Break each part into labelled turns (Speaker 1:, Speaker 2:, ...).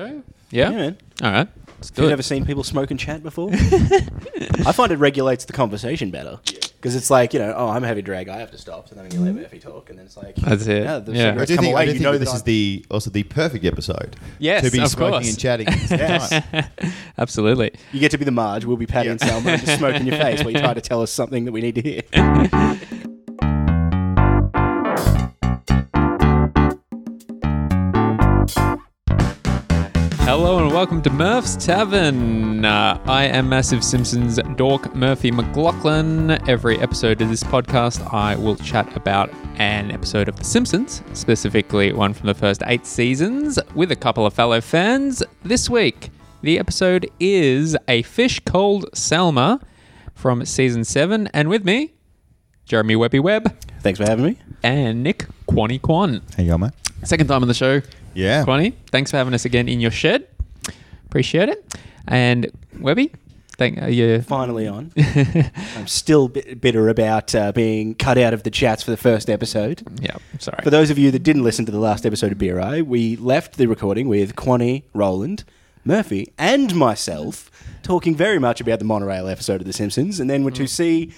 Speaker 1: Yeah.
Speaker 2: Yeah, man.
Speaker 1: All right. Let's
Speaker 2: Have
Speaker 1: do
Speaker 2: you
Speaker 1: it.
Speaker 2: ever seen people smoke and chat before? I find it regulates the conversation better. Because it's like, you know, oh, I'm a heavy drag, I have to stop. So then you let Murphy talk, and then it's like,
Speaker 1: That's it.
Speaker 2: Yeah, the
Speaker 1: Yeah.
Speaker 2: cigarettes
Speaker 3: I do
Speaker 2: come
Speaker 3: think,
Speaker 2: away,
Speaker 3: I do
Speaker 2: you
Speaker 3: think
Speaker 2: know
Speaker 3: that this
Speaker 2: that
Speaker 3: is
Speaker 2: I'm-
Speaker 3: the also the perfect episode.
Speaker 1: Yes,
Speaker 3: to be
Speaker 1: of
Speaker 3: smoking
Speaker 1: course.
Speaker 3: and chatting. at the same
Speaker 2: Yes.
Speaker 3: time.
Speaker 1: Absolutely.
Speaker 2: You get to be the Marge, we'll be Patty and Selma, and just smoke in your face while you try to tell us something that we need to hear.
Speaker 1: Hello and welcome to Murph's Tavern. Uh, I am Massive Simpsons dork Murphy McLaughlin. Every episode of this podcast, I will chat about an episode of The Simpsons, specifically one from the first eight seasons, with a couple of fellow fans. This week, the episode is A Fish Called Selma from season seven, and with me, Jeremy Webby Webb
Speaker 2: Thanks for having me.
Speaker 1: and Nick Quanny Quan.
Speaker 3: How you going, mate?
Speaker 1: Second time on the show.
Speaker 3: Yeah.
Speaker 1: Connie, thanks for having us again in your shed. Appreciate it. And Webby, thank uh, you.
Speaker 2: Finally on. I'm still bit bitter about uh, being cut out of the chats for the first episode.
Speaker 1: Yeah, sorry.
Speaker 2: For those of you that didn't listen to the last episode of BRI, we left the recording with Quanny, Roland, Murphy, and myself talking very much about the monorail episode of The Simpsons, and then were to see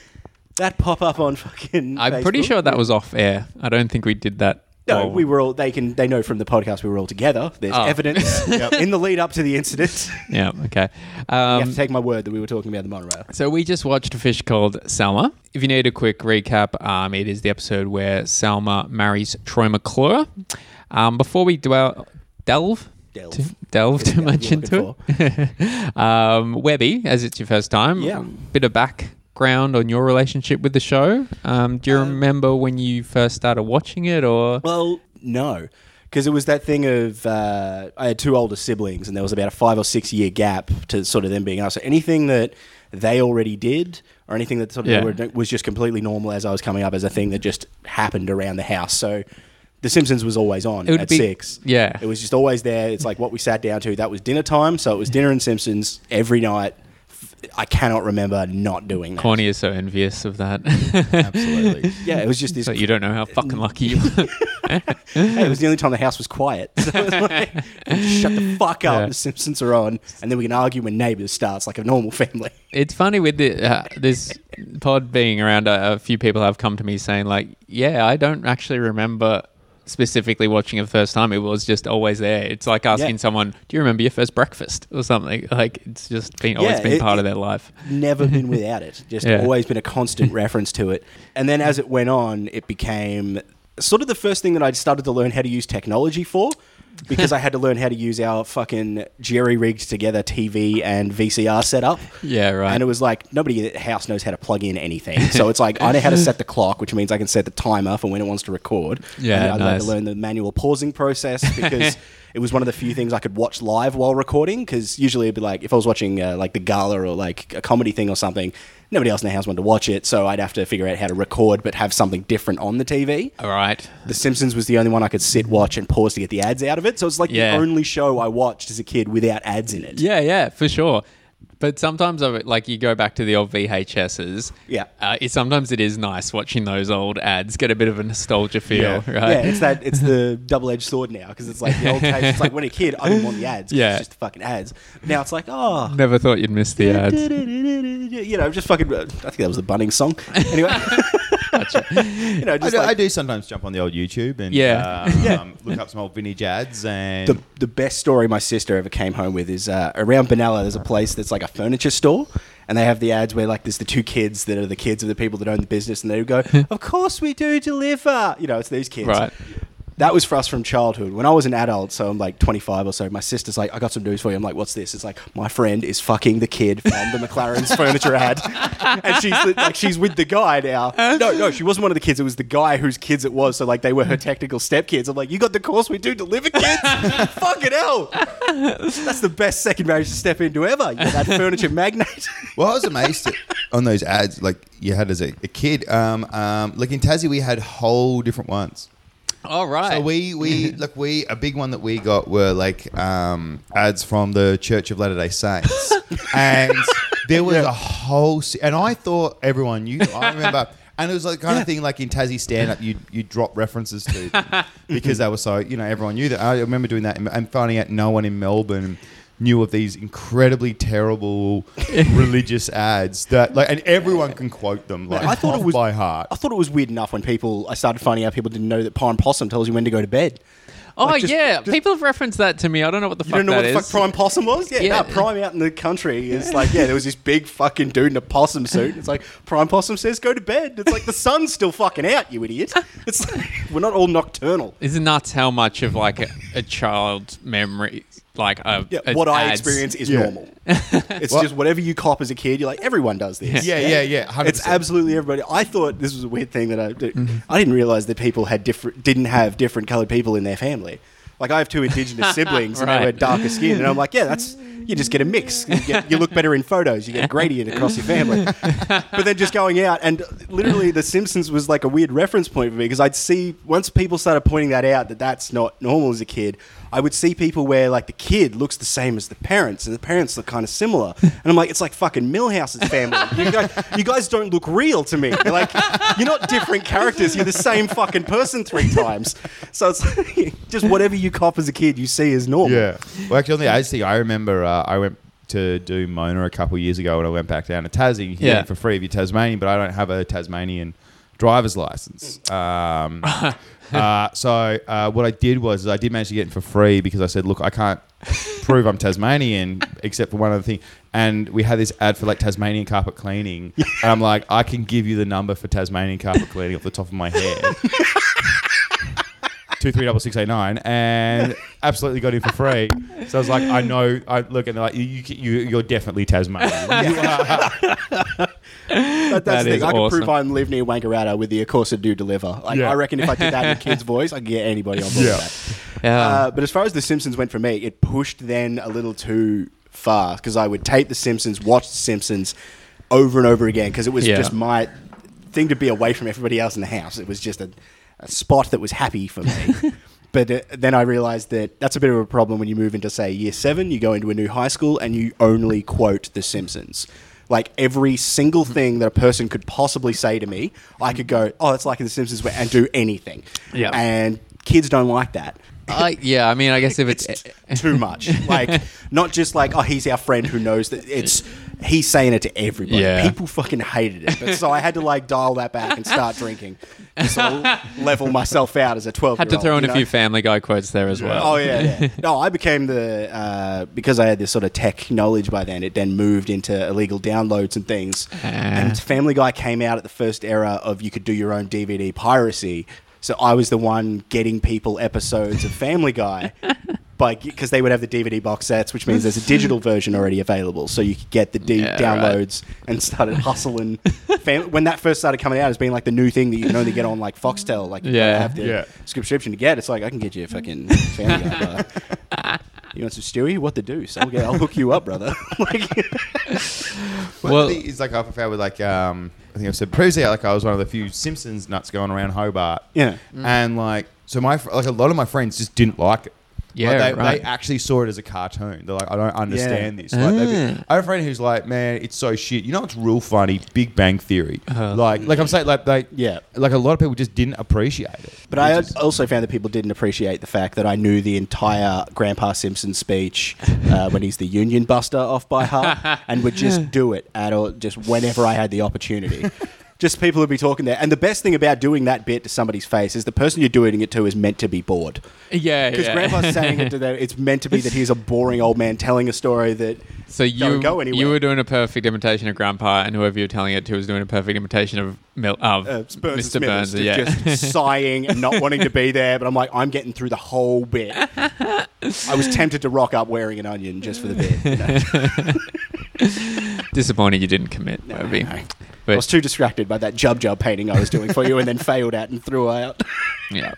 Speaker 2: that pop up on fucking.
Speaker 1: Mm. I'm pretty
Speaker 2: Facebook.
Speaker 1: sure that was off air. I don't think we did that.
Speaker 2: No,
Speaker 1: while-
Speaker 2: we were all. They can. They know from the podcast we were all together. There's
Speaker 1: Oh.
Speaker 2: evidence in the lead up to the incident.
Speaker 1: Yeah, okay.
Speaker 2: you
Speaker 1: Um,
Speaker 2: have to take my word that we were talking about the monorail.
Speaker 1: So we just watched a fish called Selma. If you need a quick recap, um, it is the episode where Selma marries Troy McClure. Um, before we dwell, delve,
Speaker 2: Delve.
Speaker 1: too- delve
Speaker 2: Yeah,
Speaker 1: too
Speaker 2: yeah,
Speaker 1: much
Speaker 2: you're
Speaker 1: into
Speaker 2: looking
Speaker 1: it. um, Webby, as it's your first time,
Speaker 2: Yeah.
Speaker 1: bit of background on your relationship with the show. Um, do you remember when you first started watching it, or
Speaker 2: Well, no, because it was that thing of uh, I had two older siblings, and there was about a five or six year gap to sort of them being us. So anything that they already did, or anything that sort of
Speaker 1: Yeah.
Speaker 2: they were, was just completely normal as I was coming up as a thing that just happened around the house. So. The Simpsons was always on
Speaker 1: It would
Speaker 2: at
Speaker 1: be-
Speaker 2: six.
Speaker 1: yeah.
Speaker 2: it was just always there. It's like what we sat down to. That was dinner time, so it was dinner and Simpsons every night. F- I cannot remember not doing that.
Speaker 1: Corny is so envious of that?
Speaker 3: Absolutely.
Speaker 2: Yeah, it was just this
Speaker 1: so you don't know how fucking lucky you are.
Speaker 2: Hey, it was the only time the house was quiet. So it was like, shut the fuck up.
Speaker 1: Yeah.
Speaker 2: The Simpsons are on, and then we can argue when neighbours starts like a normal family.
Speaker 1: It's funny with the, uh, this pod being around. uh, A, a few people have come to me saying, like, "Yeah, I don't actually remember specifically watching it the first time. It was just always there. It's like asking
Speaker 2: Yeah.
Speaker 1: someone, "Do you remember your first breakfast?" or something. Like, it's just been always
Speaker 2: Yeah,
Speaker 1: been
Speaker 2: it-
Speaker 1: part of
Speaker 2: it-
Speaker 1: their life.
Speaker 2: Never been without it. Just
Speaker 1: Yeah.
Speaker 2: always been a constant reference to it. And then as it went on, it became sort of the first thing that I'd started to learn how to use technology for. because I had to learn how to use our fucking jerry rigged together TV and VCR setup.
Speaker 1: Yeah, right.
Speaker 2: And it was like nobody at the house knows how to plug in anything. So it's like I know how to set the clock, which means I can set the timer for when it wants to record.
Speaker 1: Yeah,
Speaker 2: and then I learned
Speaker 1: nice.
Speaker 2: to learn the manual pausing process because it was one of the few things I could watch live while recording. Because usually it'd be like if I was watching uh, like the gala or like a comedy thing or something, nobody else in the house wanted to watch it, so I'd have to figure out how to record but have something different on the TV.
Speaker 1: All right.
Speaker 2: The Simpsons was the only one I could sit, watch, and pause to get the ads out of it. So it's like
Speaker 1: Yeah.
Speaker 2: the only show I watched as a kid without ads in it.
Speaker 1: Yeah, yeah, for sure. But sometimes, I would- like, you go back to the old VHSs.
Speaker 2: Yeah.
Speaker 1: Uh, it, sometimes it is nice watching those old ads. Get a bit of a nostalgia feel,
Speaker 3: Yeah.
Speaker 1: right?
Speaker 2: Yeah, it's that it's the double edged sword now because it's like the old days. It's like when a kid, I didn't want the ads. 'cause
Speaker 1: Yeah.
Speaker 2: it's just the fucking ads. Now it's like, oh,
Speaker 1: Never thought you'd miss the ads.
Speaker 2: you know, just fucking. uh, I think that was the Bunnings song. Anyway, you know,
Speaker 3: I
Speaker 2: just
Speaker 3: do,
Speaker 2: like
Speaker 3: I do sometimes jump on the old YouTube and
Speaker 1: Yeah.
Speaker 3: um,
Speaker 2: Yeah.
Speaker 3: look up some old vintage ads and
Speaker 2: the the best story my sister ever came home with is uh, around Benalla. There's a place that's like a furniture store, and they have the ads where like there's the two kids that are the kids of the people that own the business, and they go, "Of course we do deliver." You know, it's these kids.
Speaker 1: Right.
Speaker 2: That was for us from childhood. When I was an adult, so I'm like 25 or so, my sister's like, I got some news for you. I'm like, what's this? It's like, my friend is fucking the kid from the McLaren's furniture ad. And she's li- like, she's with the guy now. No, no, she wasn't one of the kids. It was the guy whose kids it was. So, like, they were her technical stepkids. I'm like, you got the course we do deliver kids? fucking hell. That's the best second marriage to step into ever. You're that furniture magnate.
Speaker 3: Well, I was amazed at, on those ads, like you had as a, a kid. Um, um, like in Tassie, we had whole different ones.
Speaker 1: All right.
Speaker 3: So we we like we a big one that we got were like um, ads from the Church of Latter Day Saints, and there was a whole se- and I thought everyone knew. I remember. And it was like kind of thing like in Tassie stand up, you you drop references to them because they were so you know everyone knew that. I remember doing that and- and finding out no one in Melbourne knew of these incredibly terrible religious ads that like and everyone can quote them like
Speaker 2: I thought it
Speaker 3: off
Speaker 2: was-
Speaker 3: by heart.
Speaker 2: I thought it was weird enough when people I started finding out people didn't know that Prime Possum tells you when to go to bed.
Speaker 1: Oh
Speaker 2: Like, just-
Speaker 1: yeah,
Speaker 2: just-
Speaker 1: people have referenced that to me. I don't know what the
Speaker 2: You
Speaker 1: fuck
Speaker 2: don't know
Speaker 1: that
Speaker 2: what the fuck
Speaker 1: is.
Speaker 2: Prime Possum was? Yeah,
Speaker 1: Yeah.
Speaker 2: nah, Prime out in the country is like, yeah, there was this big fucking dude in a possum suit. It's like, Prime Possum says go to bed. It's like, the sun's still fucking out, you idiot. It's like, we're not all nocturnal.
Speaker 1: It's nuts how much of like a, a child's memory, like a,
Speaker 2: Yeah,
Speaker 1: a-
Speaker 2: what I
Speaker 1: adds-
Speaker 2: experience is
Speaker 3: Yeah.
Speaker 2: normal. It's just whatever you cop as a kid, you're like, everyone does this.
Speaker 3: Yeah, yeah, yeah. 100%.
Speaker 2: It's absolutely everybody. I thought this was a weird thing that I I didn't realize that people had different didn't have different colored people in their family. Like I have two indigenous siblings and
Speaker 1: Right.
Speaker 2: they were darker skin, and I'm like, yeah, that's you just get a mix. You, get, you look better in photos. You get a gradient across your family. But then just going out and literally, The Simpsons was like a weird reference point for me because I'd see once people started pointing that out that that's not normal as a kid. I would see people where like the kid looks the same as the parents, and the parents look kind of similar. And I'm like, it's like fucking Millhouse's family. You guys, you guys don't look real to me. You're like, you're not different characters. You're the same fucking person three times. So it's like, just whatever you cop as a kid, you see as normal.
Speaker 3: Yeah. Well, actually, on the age thing, I remember uh, I went to do Mona a couple years ago when I went back down to Tassie. You can
Speaker 1: Yeah.
Speaker 3: get it for free if you're Tasmanian, but I don't have a Tasmanian driver's license. Um, uh, so uh, what I did was is I did manage to get it for free because I said, look, I can't prove I'm Tasmanian except for one other thing. And we had this ad for like Tasmanian carpet cleaning, and I'm like, I can give you the number for Tasmanian carpet cleaning off the top of my head two three double six eight nine, and absolutely got in for free. So I was like, I know. I look, and they're like, you, you you're definitely Tasmanian. You are.
Speaker 2: That,
Speaker 1: That
Speaker 2: that's the thing.
Speaker 1: is
Speaker 2: I could prove
Speaker 1: awesome.
Speaker 2: I'm live near Wangaratta with the Of Course I Do Deliver. Like,
Speaker 3: Yeah.
Speaker 2: I reckon if I did that in a kid's voice, I could get anybody on board
Speaker 3: Yeah.
Speaker 2: with that.
Speaker 1: Yeah.
Speaker 2: Uh, but as far as The Simpsons went for me, it pushed then a little too far because I would tape The Simpsons, watch The Simpsons over and over again because it was
Speaker 1: Yeah.
Speaker 2: just my thing to be away from everybody else in the house. It was just a, a spot that was happy for me. But uh, then I realized that that's a bit of a problem when you move into, say, year seven, you go into a new high school and you only quote The Simpsons. Like every single
Speaker 1: Hmm.
Speaker 2: thing that a person could possibly say to me, I could go, oh, it's like in The Simpsons, and do anything.
Speaker 1: Yeah.
Speaker 2: And kids don't like that
Speaker 1: I- yeah, I mean, I guess if it's,
Speaker 2: too much. Like, not just like, oh, he's our friend who knows that it's he's saying it to everybody.
Speaker 1: Yeah.
Speaker 2: People fucking hated it. But, so I had to like dial that back and start drinking. So I'll level myself out as a twelve.
Speaker 1: had to throw in a few Family Guy quotes there as well.
Speaker 2: Oh yeah, yeah. No, I became the uh, because I had this sort of tech knowledge by then. It then moved into illegal downloads and things.
Speaker 1: Ah.
Speaker 2: And Family Guy came out at the first era of you could do your own DVD piracy. So I was the one getting people episodes of Family Guy. By, because they would have the DVD box sets, which means there's a digital version already available, so you could get the D-
Speaker 1: Yeah,
Speaker 2: downloads and started hustling. Fam- when that first started coming out, it's been like the new thing that you can only get on like Foxtel, like you gotta
Speaker 1: Yeah.
Speaker 2: have the
Speaker 3: Yeah.
Speaker 2: subscription to get. It's like I can get you a fucking family guy. bar. You want some Stewie? What the deuce? I'll, get, I'll hook you up, brother. like,
Speaker 1: Well-
Speaker 3: Well, it's like I found with like um, I think I've said previously, like I was one of the few Simpsons nuts going around Hobart.
Speaker 2: Yeah.
Speaker 1: Mm.
Speaker 3: and like so my fr- like a lot of my friends just didn't like it.
Speaker 1: Yeah,
Speaker 3: Like, they,
Speaker 1: right.
Speaker 3: they actually saw it as a cartoon. They're like, I don't understand this. Like, they'd
Speaker 1: Ah.
Speaker 3: be- I have a friend who's like, man, it's so shit. You know, what's real funny. Big Bang Theory.
Speaker 1: Uh-huh.
Speaker 3: Like, like I'm saying, like they,
Speaker 2: Yeah.
Speaker 3: like a lot of people just didn't appreciate it.
Speaker 2: but I also found that people didn't appreciate the fact that I knew the entire Grandpa Simpson speech uh, when he's the Union Buster off by heart, and would just do it at all, just whenever I had the opportunity. Just people would be talking there, and the best thing about doing that bit to somebody's face is the person you're doing it to is meant to be bored.
Speaker 1: yeah,
Speaker 2: Because
Speaker 1: yeah.
Speaker 2: Grandpa's saying it to them, it's meant to be that he's a boring old man telling a story that
Speaker 1: So you
Speaker 2: don't go anywhere.
Speaker 1: you were doing a perfect imitation of Grandpa, and whoever you're telling it to was doing a perfect imitation of Mil- of
Speaker 2: uh, Burns
Speaker 1: Mr. Burns. Yeah,
Speaker 2: just sighing and not wanting to be there. But I'm like, I'm getting through the whole bit. I was tempted to rock up wearing an onion just for the bit. you know.
Speaker 1: disappointed you didn't commit,
Speaker 2: No,
Speaker 1: Moby.
Speaker 2: no. I was
Speaker 1: But
Speaker 2: too distracted by that Jub Jub painting I was doing for you, and then failed at and threw out.
Speaker 1: yeah,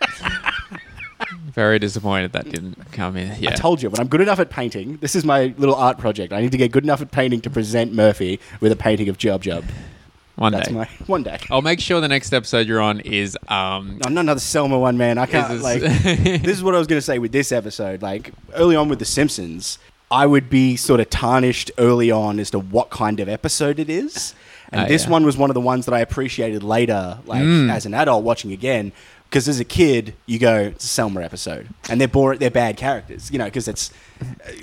Speaker 1: very disappointed that didn't come in. Yeah,
Speaker 2: I told you, when I'm good enough at painting, this is my little art project. I need to get good enough at painting to present Murphy with a painting of Jub Jub.
Speaker 1: one
Speaker 2: That's
Speaker 1: day.
Speaker 2: my one day.
Speaker 1: I'll make sure the next episode you're on is um.
Speaker 2: I'm not another Selma one, man. I can't
Speaker 1: Is
Speaker 2: like.
Speaker 1: this-
Speaker 2: this is what I was going to say with this episode. Like early on with The Simpsons, I would be sort of tarnished early on as to what kind of episode it is, and
Speaker 1: Oh,
Speaker 2: this
Speaker 1: yeah. Mm.
Speaker 2: one was one of the ones that I appreciated later, like as an adult watching again. Because as a kid, you go it's a Selma episode, and they're boring, they're bad characters, you know, because it's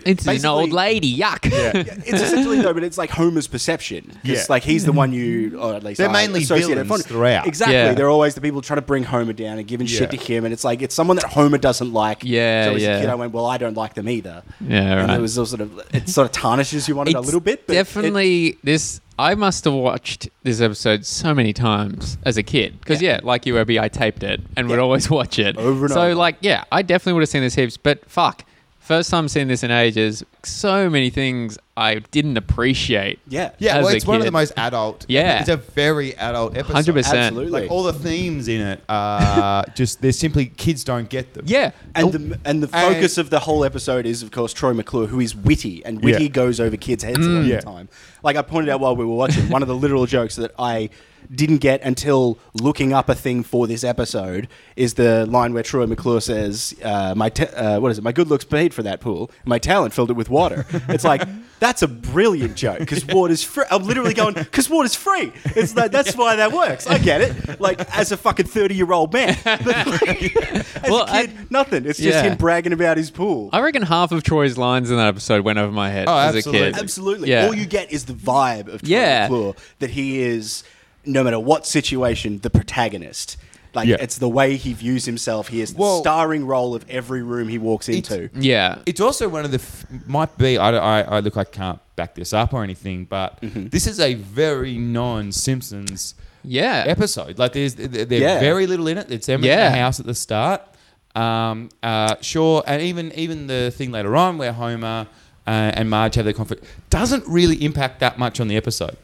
Speaker 1: It's an
Speaker 2: Basically-
Speaker 1: old lady. Yuck.
Speaker 2: yeah, it's essentially though, but it's like Homer's perception. 'Cause,
Speaker 3: Yeah.
Speaker 2: like he's the one you, or at least
Speaker 3: They're
Speaker 2: I
Speaker 3: mainly
Speaker 2: associate it
Speaker 3: villains
Speaker 2: fondly-
Speaker 3: throughout.
Speaker 2: Exactly,
Speaker 1: Yeah.
Speaker 2: they're always the people trying to bring Homer down and giving shit to
Speaker 3: Yeah.
Speaker 2: him, and it's like it's someone that Homer doesn't like.
Speaker 1: Yeah,
Speaker 2: so as
Speaker 1: yeah.
Speaker 2: a kid, I went, well, I don't like them either.
Speaker 1: Yeah,
Speaker 2: and
Speaker 1: right.
Speaker 2: it was all sort of it sort of tarnishes you on it a
Speaker 1: It's
Speaker 2: little bit. But it-
Speaker 1: definitely this. I must have watched this episode so many times as a kid because yeah. like you, Obi, I taped it and would
Speaker 2: Yeah.
Speaker 1: always watch it
Speaker 2: Over and
Speaker 1: so
Speaker 2: over.
Speaker 1: like, yeah, I definitely would have seen this heaps. But fuck, first time seeing this in ages. So many things I didn't appreciate.
Speaker 2: yeah,
Speaker 3: Yeah,
Speaker 1: As
Speaker 3: well,
Speaker 1: a
Speaker 3: it's one of
Speaker 1: kid.
Speaker 3: the most adult.
Speaker 1: Yeah.
Speaker 3: it's a very adult episode.
Speaker 1: hundred percent.
Speaker 2: Absolutely.
Speaker 3: Like all the themes in it are just they're simply kids don't get them.
Speaker 1: Yeah,
Speaker 2: And the, and the
Speaker 3: and-
Speaker 2: focus of the whole episode is, of course, Troy McClure, who is witty, and witty
Speaker 3: Yeah. Mm.
Speaker 2: goes over kids' heads a lot of
Speaker 3: Yeah.
Speaker 2: the time. Like I pointed out while we were watching, one of the literal jokes that I didn't get until looking up a thing for this episode is the line where Troy McClure says, uh, "My ta- uh, what is it? My good looks paid for that pool. My talent filled it with water." It's like that's a brilliant joke because water's free. I'm literally going because water's free. It's like that's why that works. I get it. Like as a fucking thirty year old man, as
Speaker 1: Well,
Speaker 2: a
Speaker 1: I-
Speaker 2: kid, nothing. It's
Speaker 1: Yeah.
Speaker 2: just him bragging about his pool.
Speaker 1: I reckon half of Troy's lines in that episode went over my head
Speaker 3: Oh,
Speaker 1: as a
Speaker 3: absolutely.
Speaker 1: kid.
Speaker 2: Absolutely.
Speaker 1: Yeah.
Speaker 2: All you get is the vibe of Troy
Speaker 1: Yeah.
Speaker 2: McClure that he is, no matter what situation, the protagonist. Like
Speaker 3: Yeah.
Speaker 2: it's the way he views himself. He is the
Speaker 3: Well-
Speaker 2: starring role of every room he walks into.
Speaker 1: Yeah,
Speaker 3: It's also one of the f- might be. I, I, I look. I can't back this up or anything, but
Speaker 1: Mm-hmm.
Speaker 3: this is a very non-Simpsons
Speaker 1: yeah.
Speaker 3: episode. Like there's there- there's
Speaker 2: Yeah.
Speaker 3: very little in it. It's Emma
Speaker 1: Yeah.
Speaker 3: in the house at the start. Um, uh, sure, and even even the thing later on where Homer uh, and Marge have their conflict doesn't really impact that much on the episode.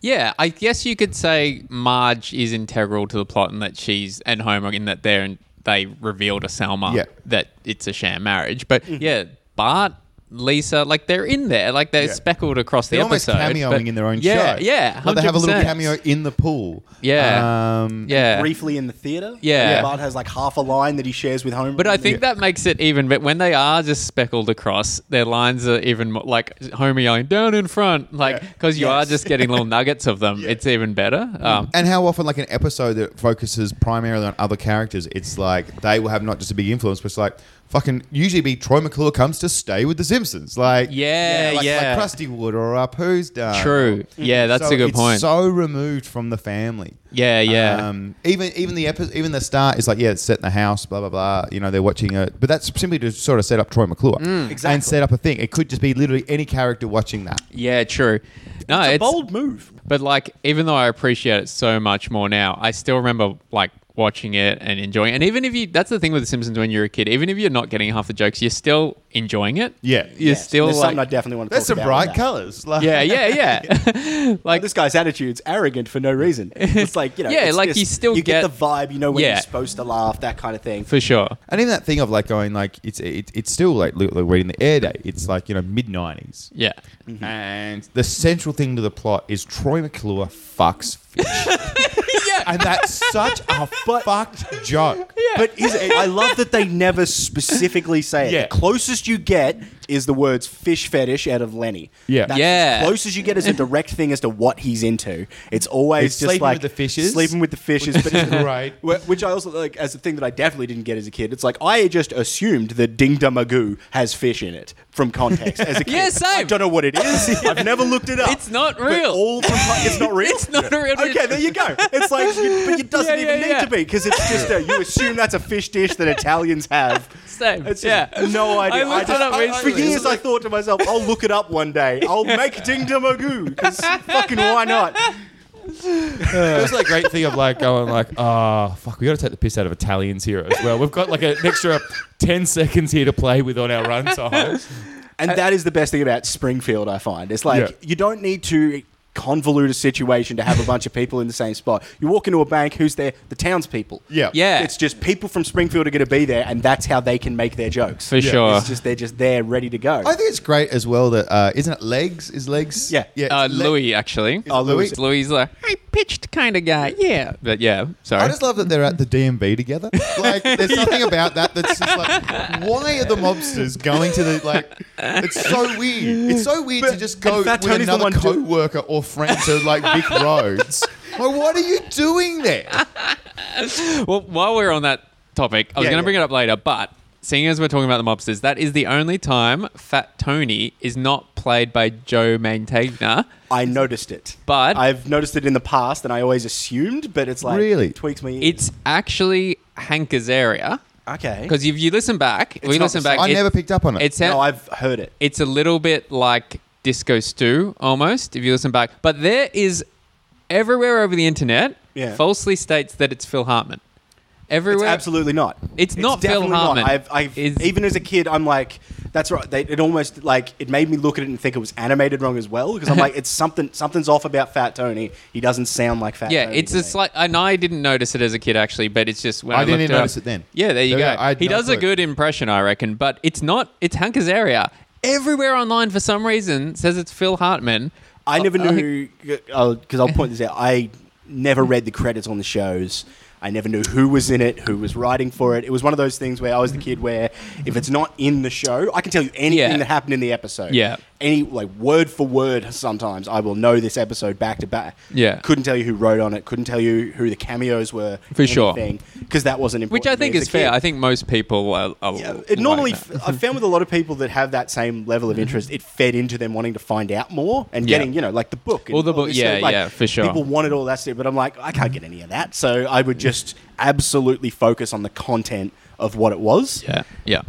Speaker 1: Yeah, I guess you could say Marge is integral to the plot and that she's and Homer in that they're and they reveal to Selma
Speaker 3: Yeah. Mm-hmm.
Speaker 1: that it's a sham marriage. But yeah, Bart, Lisa, like they're in there, like they're
Speaker 3: Yeah.
Speaker 1: speckled across the
Speaker 3: They're almost
Speaker 1: episode.
Speaker 3: cameoing
Speaker 1: but-
Speaker 3: in their own
Speaker 1: yeah,
Speaker 3: show.
Speaker 1: Yeah,
Speaker 3: Like, they have a little
Speaker 1: 100%.
Speaker 3: cameo in the pool.
Speaker 1: Yeah.
Speaker 3: um,
Speaker 1: Yeah,
Speaker 2: Briefly in the theater.
Speaker 1: Yeah.
Speaker 2: where Bart has like half a line that he shares with Homer.
Speaker 1: But I think that makes it even. But when they are just speckled across, their lines are even more like Homer yelling down in front, like because you
Speaker 2: Yes.
Speaker 1: are just getting little nuggets of them. It's even better. Um,
Speaker 3: And how often, like an episode that focuses primarily on other characters, it's like they will have not just a big influence, but it's like fucking usually be Troy McClure comes to stay with the Simpsons, like
Speaker 1: Yeah,
Speaker 3: like,
Speaker 1: yeah.
Speaker 3: like Krusty would or up who's done. mm.
Speaker 1: True. Yeah, that's
Speaker 3: So
Speaker 1: a good
Speaker 3: it's
Speaker 1: point.
Speaker 3: So removed from the family.
Speaker 1: yeah, yeah.
Speaker 3: Um, even even the epi- even the start is like yeah, it's set in the house, blah blah blah. You know they're watching it, but that's simply to sort of set up Troy McClure
Speaker 1: Mm,
Speaker 2: Exactly.
Speaker 3: and set up a thing. It could just be literally any character watching that.
Speaker 1: Yeah, true. No,
Speaker 2: it's
Speaker 1: it's,
Speaker 2: a bold move.
Speaker 1: but like even though I appreciate it so much more now, I still remember like watching it and enjoying. It. And even if you that's the thing with the Simpsons when you're a kid, even if you're not getting half the jokes, you're still enjoying it.
Speaker 3: Yeah.
Speaker 1: You're
Speaker 2: Yes,
Speaker 1: still
Speaker 2: there's
Speaker 1: like
Speaker 2: something I definitely want to.
Speaker 3: That's
Speaker 2: talk
Speaker 3: some
Speaker 2: about with
Speaker 3: bright
Speaker 2: that.
Speaker 3: colours. Like,
Speaker 1: Yeah, yeah, yeah. like
Speaker 2: This guy's attitude's arrogant for no reason. It's like you know,
Speaker 1: Yeah,
Speaker 2: it's
Speaker 1: like,
Speaker 2: just-
Speaker 1: you still
Speaker 2: you get,
Speaker 1: get-
Speaker 2: the vibe. You know when
Speaker 1: Yeah.
Speaker 2: you're supposed to laugh, that kind of thing.
Speaker 1: for sure.
Speaker 3: And even that thing of like going like it's it, it's still like li- like reading the air date. It's like you know mid nineties,
Speaker 1: Yeah.
Speaker 3: and the central thing to the plot is Troy McClure fucks fish,
Speaker 1: yeah.
Speaker 3: and that's such a
Speaker 2: But-
Speaker 3: fucked joke.
Speaker 2: But is it, I love that they never specifically say it.
Speaker 3: Yeah.
Speaker 2: The closest you get is the words fish fetish out of Lenny.
Speaker 3: Yeah.
Speaker 2: That's
Speaker 1: Yeah.
Speaker 2: As close as you get is a direct thing as to what he's into. It's always
Speaker 3: It's
Speaker 2: just
Speaker 3: sleeping
Speaker 2: like
Speaker 3: with the fishes.
Speaker 2: Sleeping with the fishes. But it's,
Speaker 3: Right.
Speaker 2: wh- Which I also like as a thing that I definitely didn't get as a kid. It's like I just assumed that Ding Magoo has fish in it from context as a kid.
Speaker 1: Yeah,
Speaker 2: I
Speaker 1: same.
Speaker 2: don't know what it is. I've never looked it up.
Speaker 1: It's not
Speaker 2: But
Speaker 1: real.
Speaker 2: all from, it's not real.
Speaker 1: It's not real.
Speaker 2: Okay, there you go. It's like, you, but it doesn't
Speaker 1: Yeah,
Speaker 2: even
Speaker 1: yeah,
Speaker 2: need
Speaker 1: yeah.
Speaker 2: to be because it's just a, you assume that's a fish dish that Italians have.
Speaker 1: Same.
Speaker 2: It's just
Speaker 1: yeah.
Speaker 2: no idea.
Speaker 1: I looked
Speaker 2: just-
Speaker 1: it up
Speaker 2: I- I- for
Speaker 1: recently.
Speaker 2: years, I thought to myself, I'll look it up one day. I'll make Ding Magoo because fucking why not?
Speaker 3: There's like great thing of like going like oh fuck we got to take the piss out of Italians here as well. We've got like an extra ten seconds here to play with on our run time.
Speaker 2: And that is the best thing about Springfield, I find. It's like
Speaker 3: Yeah.
Speaker 2: you don't need to convolute a situation to have a bunch of people in the same spot. You walk into a bank, who's there? The townspeople.
Speaker 3: Yeah.
Speaker 1: Yeah.
Speaker 2: It's just people from Springfield are going to be there, and that's how they can make their jokes.
Speaker 1: For sure.
Speaker 2: It's just they're just there, ready to go.
Speaker 3: I think it's great as well that uh, isn't it legs is legs
Speaker 2: Yeah.
Speaker 3: yeah
Speaker 1: uh,
Speaker 3: it's Le-
Speaker 1: Louis actually.
Speaker 3: Oh, Louis.
Speaker 1: Louis. Louis like high pitched kind of guy. Yeah. But yeah. Sorry.
Speaker 3: I just love that they're at the DMV together. Like, there's something about that that's just like, why are the mobsters going to the like? It's so weird. It's so weird to just go
Speaker 2: and
Speaker 3: with
Speaker 2: Fat Tony's the
Speaker 3: another
Speaker 2: one do-
Speaker 3: co-worker or friend to like Vic Rhodes. Like, what are you doing there?
Speaker 1: Well, while we're on that topic, I was
Speaker 2: Yeah,
Speaker 1: going to
Speaker 2: yeah.
Speaker 1: bring it up later, but seeing as we're talking about the mobsters, that is the only time Fat Tony is not played by Joe Mantegna.
Speaker 2: I noticed it.
Speaker 1: But-
Speaker 2: I've noticed it in the past and I always assumed, but it's like
Speaker 3: Really?
Speaker 2: tweaks me.
Speaker 1: It's actually Hank Azaria.
Speaker 2: okay.
Speaker 1: Because if you listen back, we
Speaker 2: not
Speaker 1: listen
Speaker 2: the
Speaker 1: back.
Speaker 2: same.
Speaker 3: I never picked up on it.
Speaker 1: It's
Speaker 2: No, I've heard it.
Speaker 1: it's a little bit like Disco Stew almost. If you listen back, but there is everywhere over the internet
Speaker 2: Yeah.
Speaker 1: falsely states that it's Phil Hartman.
Speaker 2: It's
Speaker 1: Everywhere,
Speaker 2: absolutely not.
Speaker 1: It's not Phil
Speaker 2: definitely
Speaker 1: Hartman.
Speaker 2: I've, I've
Speaker 1: It's-
Speaker 2: even as a kid, I'm like, that's right. They, it almost like it made me look at it and think it was animated wrong as well because I'm like, it's something. Something's off about Fat Tony. He doesn't sound like Fat.
Speaker 1: Yeah,
Speaker 2: Tony
Speaker 1: it's
Speaker 2: to
Speaker 1: a
Speaker 2: me.
Speaker 1: slight, and I didn't notice it as a kid actually, but it's just when I,
Speaker 3: I didn't
Speaker 1: looked
Speaker 3: even
Speaker 1: it up-
Speaker 3: notice it then.
Speaker 1: Yeah, there you
Speaker 3: There we
Speaker 1: go.
Speaker 3: go. I had
Speaker 1: he
Speaker 3: no
Speaker 1: does a
Speaker 3: clue.
Speaker 1: good impression, I reckon, but it's not. It's Hank Azaria. Everywhere online, for some reason, says it's Phil Hartman.
Speaker 2: I never
Speaker 1: think-
Speaker 2: knew because I'll point this out. I never read the credits on the shows. I never knew who was in it, who was writing for it. It was one of those things where I was the kid where if it's not in the show, I can tell you anything
Speaker 1: Yeah.
Speaker 2: that happened in the episode.
Speaker 1: Yeah.
Speaker 2: Any like word for word sometimes I will know this episode back to back.
Speaker 1: Yeah.
Speaker 2: Couldn't tell you who wrote on it, couldn't tell you who the cameos were
Speaker 1: For sure.
Speaker 2: Because that wasn't important.
Speaker 1: which I
Speaker 2: to me
Speaker 1: think
Speaker 2: as
Speaker 1: is
Speaker 2: a
Speaker 1: fair.
Speaker 2: kid.
Speaker 1: I think most people are. are
Speaker 2: Yeah,
Speaker 1: like
Speaker 2: it normally,
Speaker 1: that. Mm-hmm.
Speaker 2: I found with a lot of people that have that same level of interest, it fed into them wanting to find out more and
Speaker 1: Yeah.
Speaker 2: getting, you know, like the book. and
Speaker 1: Well, the
Speaker 2: all
Speaker 1: book-
Speaker 2: this
Speaker 1: yeah,
Speaker 2: stuff. Like,
Speaker 1: yeah, for sure.
Speaker 2: People wanted all that stuff, but I'm like, I can't get any of that. So I would just absolutely focus on the content of what it was.
Speaker 1: Yeah, yeah.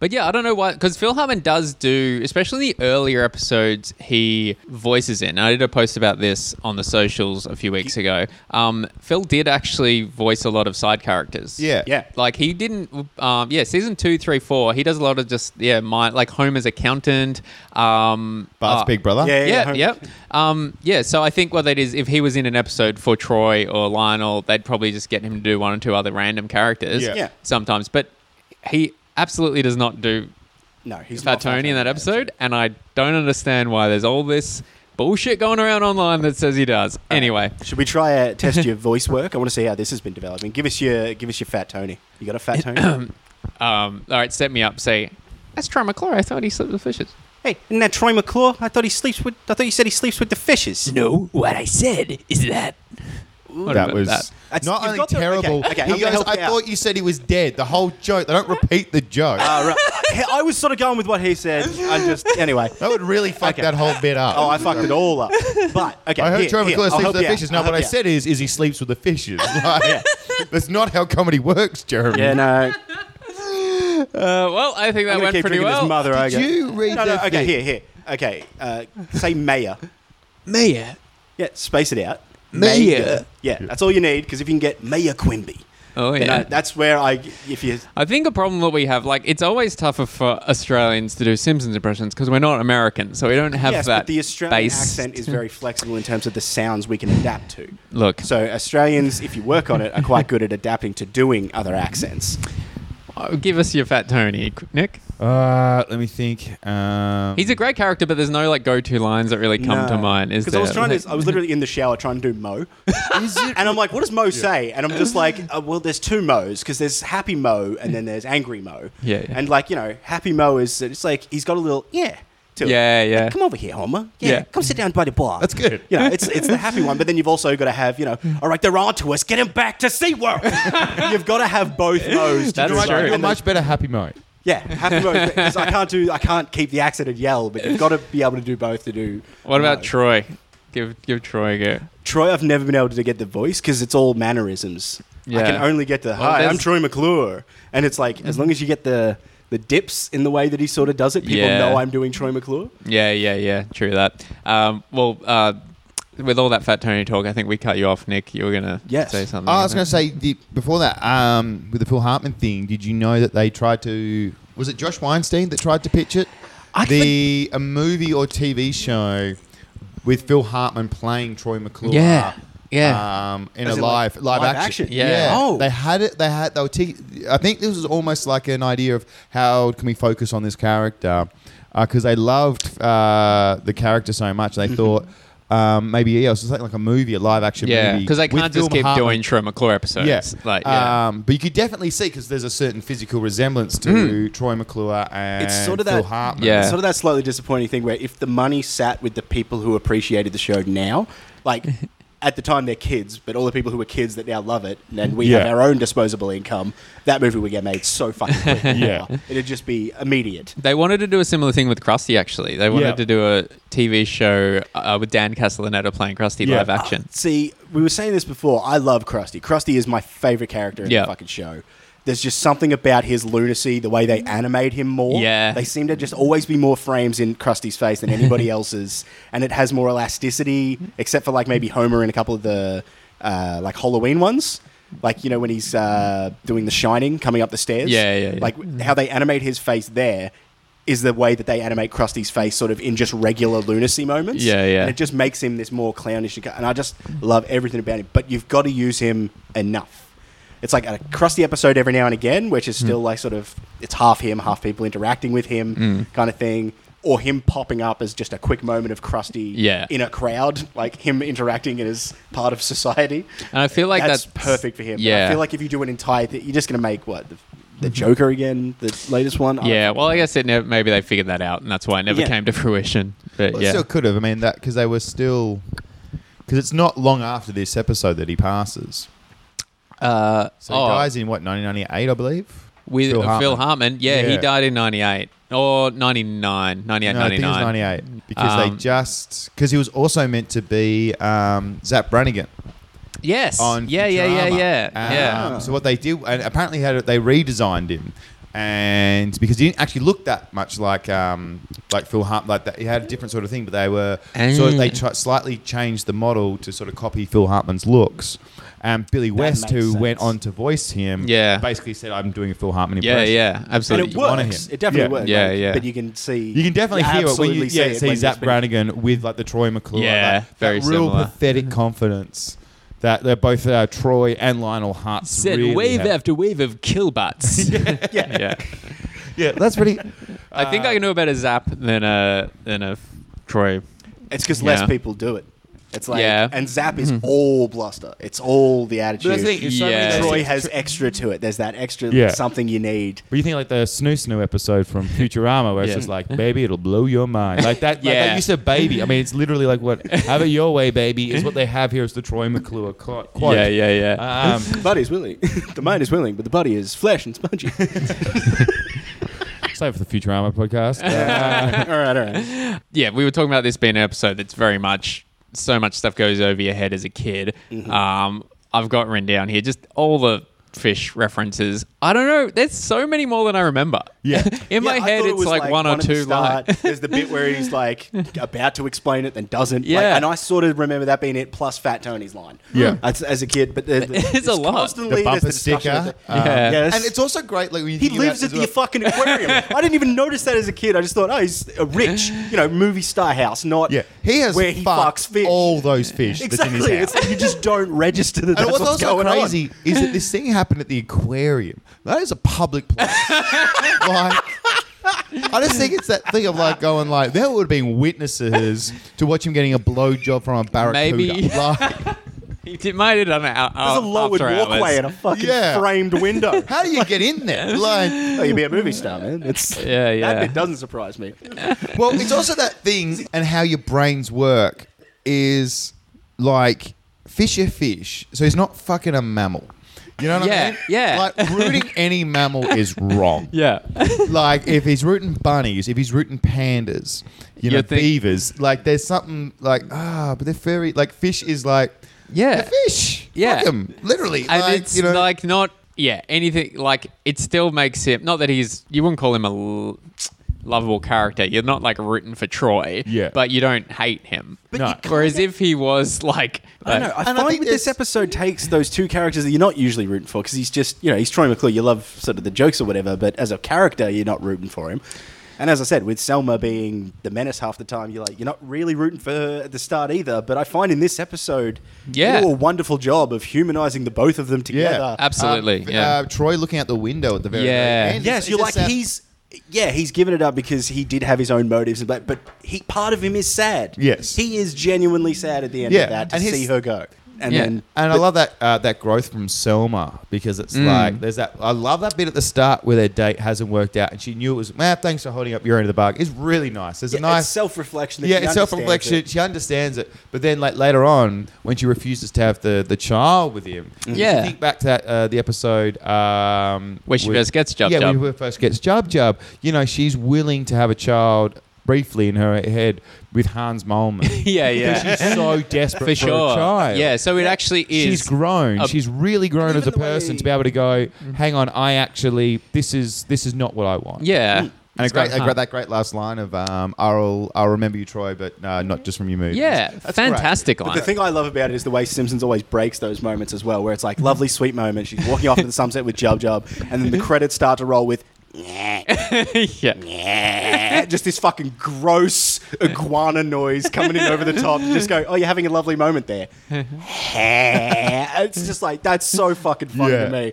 Speaker 1: But yeah, I don't know why, because Phil Hartman does do, especially the earlier episodes he voices in. I did a post about this on the socials a few weeks ago. Um, Phil did actually voice a lot of side characters.
Speaker 3: Yeah.
Speaker 2: Yeah.
Speaker 1: Like he didn't, um, yeah, season two, three, four, he does a lot of just, yeah, my, like Homer's accountant. Um,
Speaker 3: Bart's
Speaker 1: uh,
Speaker 3: Big Brother.
Speaker 2: Yeah,
Speaker 1: yeah,
Speaker 2: Homer.
Speaker 1: yep. Um, yeah, so I think what that is, if he was in an episode for Troy or Lionel, they'd probably just get him to do one or two other random characters
Speaker 3: Yeah.
Speaker 2: Yeah.
Speaker 1: sometimes. But he absolutely does not do
Speaker 2: No, he's
Speaker 1: Fat
Speaker 2: not
Speaker 1: Tony in that episode, and I don't understand why there's all this bullshit going around online that says he does. Anyway,
Speaker 2: Should we try a test your voice work? I want to see how this has been developing. Give us your, give us your Fat Tony. You got a Fat Tony?
Speaker 1: um, all right, set me up. Say, that's Troy McClure. I thought he slept with fishes.
Speaker 2: hey, isn't that Troy McClure? I thought he sleeps with. I thought you said he sleeps with the fishes.
Speaker 1: No, what I said is that. What
Speaker 3: That
Speaker 1: about
Speaker 3: was
Speaker 1: that?
Speaker 2: That's-
Speaker 3: not
Speaker 2: you've
Speaker 3: only
Speaker 2: got the- okay,
Speaker 3: terrible.
Speaker 2: okay, I'm
Speaker 3: he
Speaker 2: gonna
Speaker 3: goes,
Speaker 2: help
Speaker 3: I
Speaker 2: you out."
Speaker 3: thought you said he was dead. The whole joke. They don't repeat the joke.
Speaker 1: Uh,
Speaker 2: Ah, right. I was sort of going with what he said. I just anyway.
Speaker 3: that would really fuck
Speaker 2: okay.
Speaker 3: that whole bit up.
Speaker 2: Oh, I fucked it all up. But okay,
Speaker 3: I heard
Speaker 2: here,
Speaker 3: Trevor
Speaker 2: here,
Speaker 3: McClure
Speaker 2: I'll
Speaker 3: sleeps with
Speaker 2: help
Speaker 3: the
Speaker 2: you out.
Speaker 3: fishes. No,
Speaker 2: I'll
Speaker 3: what
Speaker 2: help
Speaker 3: I
Speaker 2: you out.
Speaker 3: said is, is he sleeps with the fishes. Like, That's not how comedy works, Jeremy.
Speaker 2: Yeah, no.
Speaker 1: Uh, well, I think that
Speaker 2: I'm gonna
Speaker 1: went
Speaker 2: keep
Speaker 1: pretty
Speaker 2: drinking
Speaker 1: well.
Speaker 2: this mother. I
Speaker 3: Did you read
Speaker 2: No, no.
Speaker 3: the
Speaker 2: Okay,
Speaker 3: thing?
Speaker 2: here, here. Okay, uh, say mayor.
Speaker 1: Mia.
Speaker 2: Yeah, space it out.
Speaker 1: Mayor.
Speaker 2: Yeah, that's all you need because if you can get Mayor Quimby,
Speaker 1: Oh
Speaker 2: then
Speaker 1: yeah.
Speaker 2: I, that's where I. If you
Speaker 1: I think a problem that we have, like, it's always tougher for Australians to do Simpsons impressions because we're not American, so we don't have
Speaker 2: yes,
Speaker 1: that.
Speaker 2: but the Australian
Speaker 1: base
Speaker 2: accent is
Speaker 1: to-
Speaker 2: very flexible in terms of the sounds we can adapt to.
Speaker 1: Look,
Speaker 2: So Australians, if you work on it, are quite good at adapting to doing other accents.
Speaker 1: uh, give us your fat Tony, Nick.
Speaker 3: Uh, let me think. Um,
Speaker 1: He's a great character, but there's no like go-to lines that really come to mind. Is
Speaker 2: because I was
Speaker 1: there?
Speaker 2: trying
Speaker 1: Like-
Speaker 2: to, I was literally in the shower trying to do Mo,
Speaker 3: Is it-
Speaker 2: and I'm like, what does Mo say? And I'm just like, uh, well, there's two Mo's because there's happy Mo and then there's angry Mo.
Speaker 1: Yeah, yeah.
Speaker 2: And like you know, happy Mo is it's like he's got a little yeah. To it.
Speaker 1: Yeah, yeah.
Speaker 2: Like, come over here, Homer. Yeah,
Speaker 1: Yeah.
Speaker 2: Come sit down by the bar.
Speaker 3: That's good.
Speaker 2: You know, it's it's the happy one, but then you've also got to have you know, all right, they're on to us. Get him back to SeaWorld. you've got to have both Mo's. to
Speaker 1: That's
Speaker 2: do it.
Speaker 1: true.
Speaker 3: a
Speaker 2: And then-
Speaker 3: much better happy mode.
Speaker 2: yeah, happy Mo. 'cause I can't do I can't keep the accent and yell, but you've got to be able to do both to do.
Speaker 1: what about
Speaker 2: Mo.
Speaker 1: Troy? Give give Troy a go.
Speaker 2: Troy, I've never been able to get the voice because it's all mannerisms. I
Speaker 1: Yeah.
Speaker 2: can only get the
Speaker 1: Well,
Speaker 2: hi. I'm
Speaker 1: there's-
Speaker 2: Troy McClure, and it's like as long as you get the the dips in the way that he sort of does it, people
Speaker 1: Yeah.
Speaker 2: know I'm doing Troy McClure.
Speaker 1: Yeah, yeah, yeah. True that. Um, well, uh, with all that fat Tony talk, I think we cut you off, Nick. You were gonna
Speaker 2: Yes.
Speaker 1: say something.
Speaker 3: Oh, I was going
Speaker 1: weren't
Speaker 3: to say the, before that um, with the Phil Hartman thing. Did you know that they tried to? Was it Josh Weinstein that tried to pitch it?
Speaker 2: I
Speaker 3: the a movie or TV show with Phil Hartman playing Troy McClure.
Speaker 1: Yeah. Yeah.
Speaker 3: Um, in
Speaker 2: As
Speaker 3: a
Speaker 2: in, like,
Speaker 3: live live,
Speaker 2: live
Speaker 3: action.
Speaker 2: action?
Speaker 1: Yeah.
Speaker 2: Oh.
Speaker 3: They had it. They had. They were. T- I think this was almost like an idea of how can we focus on this character because they loved uh, the character so much.
Speaker 1: Mm-hmm.
Speaker 3: They thought. Um, maybe yeah, it was something like a movie, a live action
Speaker 1: yeah,
Speaker 3: movie.
Speaker 1: because they
Speaker 3: with
Speaker 1: can't
Speaker 3: Phil
Speaker 1: just keep
Speaker 3: Hartman
Speaker 1: doing Troy McClure episodes.
Speaker 3: Yes,
Speaker 1: Like, yeah.
Speaker 3: um, but you could definitely see because there's a certain physical resemblance to Troy McClure and
Speaker 2: It's sort of
Speaker 3: Phil
Speaker 2: that-
Speaker 3: Hartman.
Speaker 1: Hmm. Yeah.
Speaker 2: It's sort of that slightly disappointing thing where if the money sat with the people who appreciated the show now, like at the time they're kids, but all the people who were kids that now love it, and then we have
Speaker 4: Yeah.
Speaker 2: our own disposable income, that movie would get made so fucking quick.
Speaker 4: Yeah.
Speaker 2: It'd just be immediate.
Speaker 1: They wanted to do a similar thing with Krusty, actually. They wanted
Speaker 4: Yeah.
Speaker 1: to do a TV show uh, with Dan Castellaneta playing Krusty
Speaker 4: Yeah.
Speaker 1: live action.
Speaker 2: See, we were saying this before. I love Krusty. Krusty is my favorite character in
Speaker 1: Yeah.
Speaker 2: the fucking show. There's just something about his lunacy, the way they animate him more.
Speaker 1: Yeah.
Speaker 2: They seem to just always be more frames in Krusty's face than anybody else's. And it has more elasticity, except for like maybe Homer in a couple of the uh, like Halloween ones. Like, you know, when he's uh, doing the shining coming up the stairs.
Speaker 1: Yeah, yeah, yeah.
Speaker 2: Like how they animate his face there is the way that they animate Krusty's face sort of in just regular lunacy moments.
Speaker 1: Yeah, yeah.
Speaker 2: And it just makes him this more clownish, and I just love everything about him. But you've got to use him enough. It's like a crusty episode every now and again, which is
Speaker 3: Hmm.
Speaker 2: still like sort of it's half him, half people interacting with him,
Speaker 3: Hmm.
Speaker 2: kind of thing, or him popping up as just a quick moment of crusty
Speaker 1: Yeah.
Speaker 2: in a crowd, like him interacting as part of society.
Speaker 1: And I feel like
Speaker 2: that's,
Speaker 1: that's,
Speaker 2: perfect for him. But
Speaker 1: Yeah.
Speaker 2: I feel like if you do an entire thing, you're just going to make what the,
Speaker 3: Hmm.
Speaker 2: the Joker again, the latest one. I don't
Speaker 1: yeah, well, I guess it never, maybe they figured that out, and that's why it never
Speaker 2: Yeah.
Speaker 1: came to fruition. But
Speaker 3: Well, it
Speaker 1: yeah,
Speaker 3: still could have. I mean, that because they were still because it's not long after this episode that he passes.
Speaker 1: uh,
Speaker 3: So
Speaker 1: oh,
Speaker 3: he dies in what 1998, I believe.
Speaker 1: with Phil
Speaker 3: Phil
Speaker 1: Hartman.
Speaker 3: Hartman.
Speaker 1: Yeah, he
Speaker 3: Yeah.
Speaker 1: died in '98 or '99, '98,
Speaker 3: No, I think it was 98 because
Speaker 1: Um,
Speaker 3: they just because he was also meant to be um, Zap Brannigan.
Speaker 1: Yes.
Speaker 3: on
Speaker 1: yeah, yeah, yeah,
Speaker 3: Futurama.
Speaker 1: yeah, yeah.
Speaker 3: Um, So what they did, and apparently had it- they redesigned him, and because he didn't actually look that much like um, like Phil Hart, like that he had a different sort of thing, but they were so
Speaker 1: Ah.
Speaker 3: they tr- slightly changed the model to sort of copy Phil Hartman's looks. And Billy West,
Speaker 2: makes
Speaker 3: who
Speaker 2: sense.
Speaker 3: went on to voice him,
Speaker 1: Yeah.
Speaker 3: basically said, "I'm doing a Phil Hartman
Speaker 1: Yeah,
Speaker 3: impression."
Speaker 1: yeah,
Speaker 2: And
Speaker 1: absolutely.
Speaker 2: it
Speaker 3: you wanna
Speaker 2: works.
Speaker 3: hear.
Speaker 2: It definitely
Speaker 3: Yeah.
Speaker 2: works.
Speaker 1: Yeah,
Speaker 2: like,
Speaker 1: yeah.
Speaker 2: But you can see.
Speaker 3: You can definitely hear it when you
Speaker 2: absolutely
Speaker 3: yeah, see,
Speaker 2: when
Speaker 3: Zap
Speaker 2: it's been-
Speaker 3: Brannigan with like the Troy McClure.
Speaker 1: Yeah,
Speaker 3: like, that
Speaker 1: very
Speaker 3: real
Speaker 1: similar.
Speaker 3: pathetic confidence that they're both uh, Troy and Lionel Hart's
Speaker 1: Said
Speaker 3: really
Speaker 1: wave
Speaker 3: have.
Speaker 1: after wave of killbots. yeah. yeah,
Speaker 3: Yeah, that's pretty.
Speaker 1: I think
Speaker 2: Um,
Speaker 1: I know a better zap than a than a Troy.
Speaker 2: It's because
Speaker 1: Yeah.
Speaker 2: less people do it. It's like,
Speaker 1: Yeah.
Speaker 2: and Zap is
Speaker 3: Mm-hmm.
Speaker 2: all bluster. It's all the attitude.
Speaker 1: is so many Yeah. things-
Speaker 2: Troy has extra to it. There's that extra
Speaker 4: Yeah.
Speaker 2: something you need.
Speaker 4: But you think like the Snoo Snoo episode from Futurama, where it's
Speaker 1: Yeah.
Speaker 4: just like, "Baby, it'll blow your mind," like that. yeah.
Speaker 1: Yeah.
Speaker 4: Like that use of "baby," I mean, it's literally like what "Have it your way, baby" is what they have here is the Troy McClure co- quote.
Speaker 1: Yeah, yeah, yeah.
Speaker 2: Uh,
Speaker 4: Um,
Speaker 2: The body's willing. the mind is willing, but the body is flesh and spongy. all
Speaker 4: sorry for the Futurama podcast. Uh,
Speaker 2: right, all right.
Speaker 1: yeah, we were talking about this being an episode that's very much so much stuff goes over your head as a kid.
Speaker 2: Mm-hmm.
Speaker 1: Um, I've got written down here just all the fish references. I don't know. There's so many more than I remember.
Speaker 3: Yeah.
Speaker 1: in my
Speaker 2: Yeah, I
Speaker 1: head,
Speaker 2: thought it
Speaker 1: it's
Speaker 2: was
Speaker 1: like, one or
Speaker 2: at the
Speaker 1: two
Speaker 2: start.
Speaker 1: lines.
Speaker 2: There's the bit where he's like about to explain it, then doesn't. Like,
Speaker 1: Yeah.
Speaker 2: and I sort of remember that being it, plus Fat Tony's line.
Speaker 3: Yeah.
Speaker 2: As, as a kid, but the, the,
Speaker 1: It's a lot.
Speaker 2: Constantly,
Speaker 3: The
Speaker 2: there's
Speaker 3: bumper
Speaker 2: discussion
Speaker 3: sticker.
Speaker 2: of it.
Speaker 3: um,
Speaker 1: Yeah.
Speaker 2: Yes.
Speaker 3: And it's also great. Like when you
Speaker 2: He
Speaker 3: think
Speaker 2: lives at
Speaker 3: about
Speaker 2: the
Speaker 3: it as well.
Speaker 2: fucking aquarium. I didn't even notice that as a kid. I just thought, oh, he's a rich, you know, movie star house, not
Speaker 3: Yeah, he has
Speaker 2: where he fucks fish.
Speaker 3: all those fish
Speaker 2: exactly.
Speaker 3: that's in his
Speaker 2: It's
Speaker 3: house.
Speaker 2: like you just don't register that
Speaker 3: and
Speaker 2: that's
Speaker 3: what's,
Speaker 2: what's
Speaker 3: also
Speaker 2: going
Speaker 3: crazy
Speaker 2: on.
Speaker 3: is that this thing happened at the aquarium. That is a public place. like, I just think it's that thing of like going like there would have been witnesses to watch him getting a blowjob from a barracuda.
Speaker 1: Maybe.
Speaker 3: Like,
Speaker 1: It might have done it out.
Speaker 2: There's a lowered walkway and a fucking
Speaker 3: Yeah.
Speaker 2: framed window.
Speaker 3: how do you get in there? Like,
Speaker 2: oh, you'd be a movie star, man. It's
Speaker 1: Yeah, yeah.
Speaker 2: That bit doesn't surprise me.
Speaker 3: well, it's also that thing and how your brains work is like fish are fish, so he's not fucking a mammal. You know what
Speaker 1: Yeah,
Speaker 3: I mean?
Speaker 1: yeah.
Speaker 3: Like rooting any mammal is wrong.
Speaker 1: Yeah.
Speaker 3: Like if he's rooting bunnies, if he's rooting pandas, you know,
Speaker 1: You'd think-
Speaker 3: beavers. Like there's something like ah, but they're furry. Like fish is like
Speaker 1: Yeah.
Speaker 3: they're fish.
Speaker 1: Yeah.
Speaker 3: Fuck 'em, literally.
Speaker 1: and
Speaker 3: like,
Speaker 1: it's
Speaker 3: you know,
Speaker 1: like not yeah anything like it still makes him not that he's you wouldn't call him a l- lovable character you're not like rooting for troy
Speaker 4: Yeah.
Speaker 1: but you don't hate him
Speaker 4: No. you
Speaker 1: whereas if he was like
Speaker 2: I don't know. I
Speaker 3: And I
Speaker 2: find
Speaker 3: think
Speaker 2: with this
Speaker 3: there's-
Speaker 2: episode takes those two characters that you're not usually rooting for because he's just you know he's Troy McClure. You love sort of the jokes or whatever, but as a character, you're not rooting for him. And as I said, with Selma being the menace half the time, you're like you're not really rooting for her at the start either. But I find in this episode,
Speaker 1: Yeah.
Speaker 2: they do a wonderful job of humanizing the both of them together.
Speaker 1: absolutely
Speaker 3: um,
Speaker 1: yeah
Speaker 3: uh, Troy looking out the window at the very, very
Speaker 1: Yeah.
Speaker 3: end.
Speaker 2: Yes,
Speaker 3: It's
Speaker 2: you're like
Speaker 3: just that-
Speaker 2: he's yeah, he's given it up because he did have his own motives, and bla- but he part of him is sad.
Speaker 3: Yes.
Speaker 2: he is genuinely sad at the end
Speaker 3: Yeah,
Speaker 2: of that to
Speaker 3: and his-
Speaker 2: see her go. and
Speaker 1: Yeah.
Speaker 2: then
Speaker 3: And I love that uh, that growth from Selma because it's
Speaker 1: Mm.
Speaker 3: like there's that. I love that bit at the start where their date hasn't worked out, and she knew it was. Man, thanks for holding up your end of the bargain. It's really nice. There's a nice
Speaker 2: self reflection.
Speaker 3: yeah, it's self reflection. She understands it, but then like later on, when she refuses to have the, the child with him,
Speaker 1: Yeah.
Speaker 3: think back to that, uh, the episode um,
Speaker 1: Where she first gets Jub
Speaker 3: yeah,
Speaker 1: Jub.
Speaker 3: when she first gets Jub Jub. You know, she's willing to have a child briefly in her head with Hans Molman.
Speaker 1: yeah, yeah.
Speaker 3: She's so desperate
Speaker 1: For
Speaker 3: for,
Speaker 1: sure.
Speaker 3: a child.
Speaker 1: Yeah, so it actually is.
Speaker 3: She's grown.
Speaker 1: a-
Speaker 3: She's really grown
Speaker 2: And
Speaker 3: as a
Speaker 2: even the
Speaker 3: person
Speaker 2: way-
Speaker 3: to be able to go. Hang on, I actually this is this is not what I want.
Speaker 1: yeah.
Speaker 3: And a
Speaker 1: It's
Speaker 3: great,
Speaker 1: got-
Speaker 3: a great, that great last line of um, "I'll I'll remember you, Troy, but uh, not just from your movies."
Speaker 1: Yeah,
Speaker 3: That's great.
Speaker 1: fantastic
Speaker 2: But
Speaker 1: line.
Speaker 2: the thing I love about it is the way Simpsons always breaks those moments as well, where it's like lovely, sweet moment. She's walking off into the sunset with Jub Jub, and then the credits start to roll with
Speaker 1: yeah.
Speaker 2: "Eh," just this fucking gross iguana noise coming in over the top. You just go, oh, you're having a lovely moment there. it's just like that's so fucking funny
Speaker 3: Yeah.
Speaker 2: to me.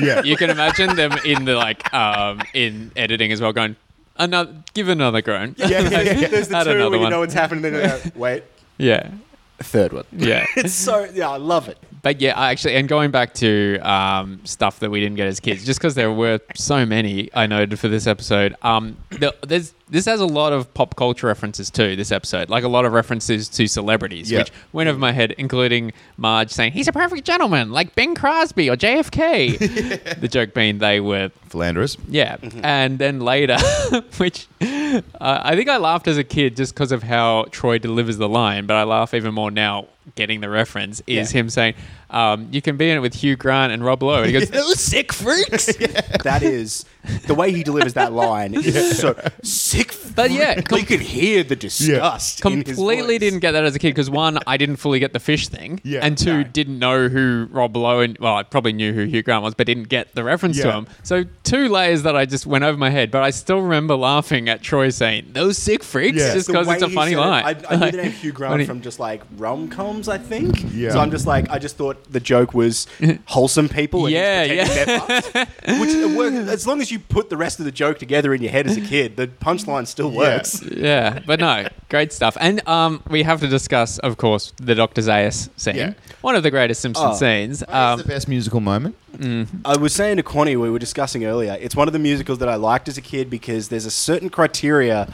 Speaker 3: Yeah,
Speaker 1: You can imagine them in the like um in editing as well going another give another groan.
Speaker 2: Yeah, yeah, yeah. there's the
Speaker 1: Add
Speaker 2: two
Speaker 1: another
Speaker 2: when you
Speaker 1: one.
Speaker 2: know what's happening, then you go, wait,
Speaker 1: yeah.
Speaker 2: third one.
Speaker 1: Yeah.
Speaker 2: It's so yeah, I love it.
Speaker 1: But yeah, I actually, and going back to um, stuff that we didn't get as kids, just because there were so many, I noted for this episode. Um, the, there's this has a lot of pop culture references too. This episode, like a lot of references to celebrities,
Speaker 3: Yeah.
Speaker 1: which went over my head, including Marge saying he's a perfect gentleman, like Ben Crosby or JFK. The joke being they were
Speaker 3: Philanderous.
Speaker 1: yeah,
Speaker 2: Mm-hmm.
Speaker 1: and then later, which uh, I think I laughed as a kid just because of how Troy delivers the line, but I laugh even more now getting the reference. Is
Speaker 2: Yeah.
Speaker 1: him saying, um, "You can be in it with Hugh Grant and Rob Lowe," and he goes, "Those sick freaks."
Speaker 2: That is the way he delivers that line is so sick.
Speaker 1: But yeah, com-
Speaker 2: you could hear the disgust. in his
Speaker 1: completely
Speaker 2: voice.
Speaker 1: didn't get that as a kid because one, I didn't fully get the fish thing,
Speaker 3: Yeah,
Speaker 1: and two, didn't know who Rob Lowe and well, I probably knew who Hugh Grant was, but didn't get the reference to
Speaker 3: Yeah.
Speaker 1: him. So two layers that I just went over my head, but I still remember laughing at Troy saying those sick freaks
Speaker 3: Yeah.
Speaker 1: just
Speaker 2: The
Speaker 1: because
Speaker 2: way
Speaker 1: it's a
Speaker 2: he
Speaker 1: funny
Speaker 2: said it,
Speaker 1: line.
Speaker 2: I, I knew
Speaker 1: Like,
Speaker 2: the name Hugh
Speaker 1: when
Speaker 2: Grant
Speaker 1: he-
Speaker 2: from just like rom coms, I think.
Speaker 3: Yeah.
Speaker 2: So I'm just like, I just thought the joke was wholesome people. And
Speaker 1: Yeah,
Speaker 2: yeah, yeah. Which it worked, as long as you put the rest of the joke together in your head as a kid, the punchline still works.
Speaker 1: yeah, but no, great stuff. And um, we have to discuss, of course, the Doctor Zayas scene,
Speaker 3: Yeah.
Speaker 1: one of the greatest Simpson
Speaker 2: Oh.
Speaker 1: scenes.
Speaker 3: That's
Speaker 1: Um,
Speaker 3: the best musical moment.
Speaker 2: I was saying to Connie, we were discussing earlier, it's one of the musicals that I liked as a kid because there's a certain criteria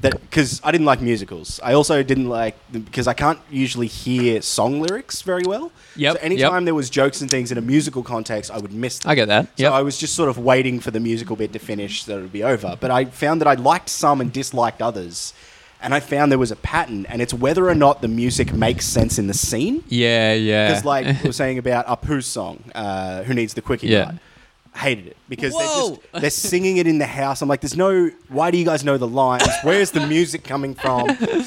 Speaker 2: that, because I didn't like musicals. I also didn't like, because I can't usually hear song lyrics very well.
Speaker 1: Yep,
Speaker 2: So
Speaker 1: yep.
Speaker 2: anytime there was jokes and things in a musical context, I would miss them.
Speaker 1: I get that.
Speaker 2: So
Speaker 1: Yep.
Speaker 2: I was just sort of waiting for the musical bit to finish so it would be over. But I found that I liked some and disliked others. And I found there was a pattern, and it's whether or not the music makes sense in the scene.
Speaker 1: yeah, yeah.
Speaker 2: Because, like we were saying about Apu's song, uh, "Who Needs the Quickie
Speaker 1: Yeah.
Speaker 2: Part," hated it because
Speaker 1: Whoa!
Speaker 2: they're just they're singing it in the house. I'm like, "There's no. Why do you guys know the lines? Where's the music coming from?"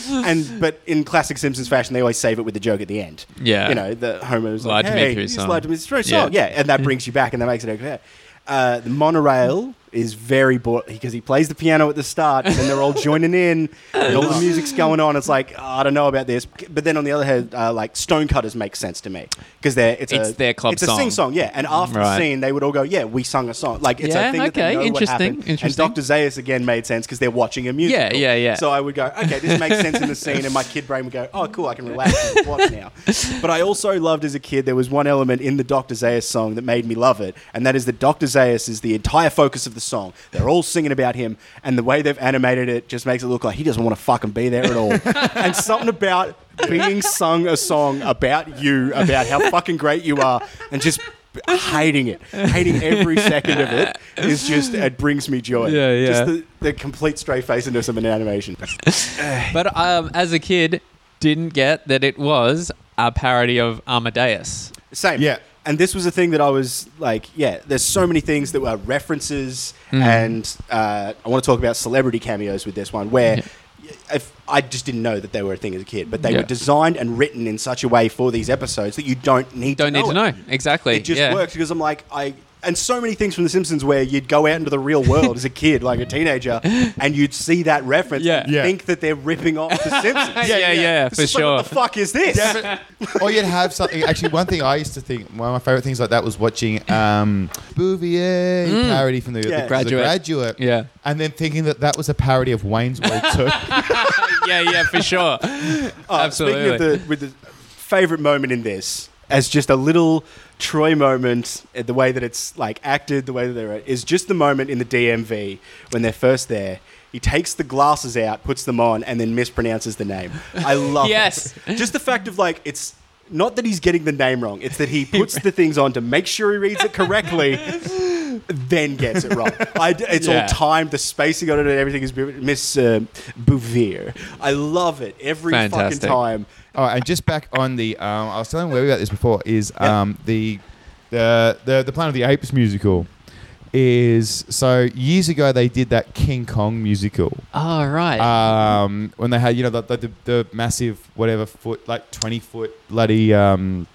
Speaker 2: And but in classic Simpsons fashion, they always save it with the joke at the end.
Speaker 1: Yeah.
Speaker 2: you know, the Homer's
Speaker 1: Lied
Speaker 2: like,
Speaker 1: to me
Speaker 2: "Hey,
Speaker 1: through
Speaker 2: you just
Speaker 1: song."
Speaker 2: lied to me through
Speaker 1: Yeah.
Speaker 2: song." Yeah, and that brings you back, and that makes it okay. Uh, the monorail is very boring because he plays the piano at the start, and then they're all joining in, and all the music's going on. It's like "Oh, I don't know about this, but then on the other hand, uh, like Stonecutters makes sense to me because they're it's,
Speaker 1: It's
Speaker 2: a,
Speaker 1: their club
Speaker 2: it's a
Speaker 1: song.
Speaker 2: sing song, yeah. And after
Speaker 1: Right.
Speaker 2: the scene, they would all go, "Yeah, we sung a song." Like it's
Speaker 1: Yeah,
Speaker 2: a thing that
Speaker 1: okay,
Speaker 2: they know
Speaker 1: interesting,
Speaker 2: what happened.
Speaker 1: interesting.
Speaker 2: And Dr. Zayas again made sense because they're watching a musical.
Speaker 1: yeah, yeah.
Speaker 2: So I would go, "Okay, this makes sense in the scene," and my kid brain would go, "Oh, cool, I can relax and watch now." But I also loved as a kid there was one element in the Dr. Zayas song that made me love it, and that is that Dr. Zayas is the entire focus of the song. They're all singing about him, and the way they've animated it just makes it look like he doesn't want to fucking be there at all. and something about being sung a song about you, about how fucking great you are, and just hating it, hating every second of it is just it brings me joy.
Speaker 1: Yeah, yeah.
Speaker 2: Just the, the complete straight facedness of an animation.
Speaker 1: But um, as a kid, didn't get that it was a parody of Amadeus.
Speaker 2: Same.
Speaker 3: Yeah.
Speaker 2: And this was a thing that I was like, yeah, there's so many things that were references,
Speaker 1: Mm.
Speaker 2: and uh, I want to talk about celebrity cameos with this one, where if, I just didn't know that they were a thing as a kid, but they
Speaker 1: Yeah.
Speaker 2: were designed and written in such a way for these episodes that you don't need
Speaker 1: Don't
Speaker 2: to
Speaker 1: need to
Speaker 2: it.
Speaker 1: know exactly.
Speaker 2: It just
Speaker 1: yeah.
Speaker 2: works because I'm like I and so many things from The Simpsons where you'd go out into the real world as a kid, like a teenager, and you'd see that reference
Speaker 1: Yeah.
Speaker 2: and
Speaker 3: Yeah.
Speaker 2: think that they're ripping off The Simpsons.
Speaker 1: Yeah, yeah, yeah,
Speaker 2: It's
Speaker 1: for
Speaker 2: just like,
Speaker 1: sure.
Speaker 2: what the fuck is this?
Speaker 3: or you'd have something. Actually, one thing I used to think, one of my favorite things like that was watching um, Bouvier parody from the, the-
Speaker 2: Yeah.
Speaker 3: the
Speaker 1: Mm. Graduate.
Speaker 3: graduate.
Speaker 1: Yeah.
Speaker 3: and then thinking that that was a parody of Wayne's World too.
Speaker 1: yeah, yeah, for sure.
Speaker 2: Uh,
Speaker 1: Absolutely.
Speaker 2: Speaking of the with the favorite moment in this, as just a little Troy moment, uh, the way that it's like acted, the way that they're is just the moment in the DMV when they're first there. He takes the glasses out, puts them on, and then mispronounces the name. I love
Speaker 1: Yes.
Speaker 2: it. Just the fact of like it's not that he's getting the name wrong; it's that he puts the things on to make sure he reads it correctly, then gets it wrong. I d it's
Speaker 1: Yeah.
Speaker 2: all timed. The spacing on it and everything is beautiful. Miss uh, Bouvier. I love it every
Speaker 1: Fantastic.
Speaker 2: fucking time.
Speaker 3: All right, and just back on the, um, I was telling Webby about this before. Is um, the, the the the Planet of the Apes musical is so years ago they did that King Kong musical
Speaker 1: Oh, right.
Speaker 3: um, when they had you know the, the, the massive whatever foot like twenty foot bloody um,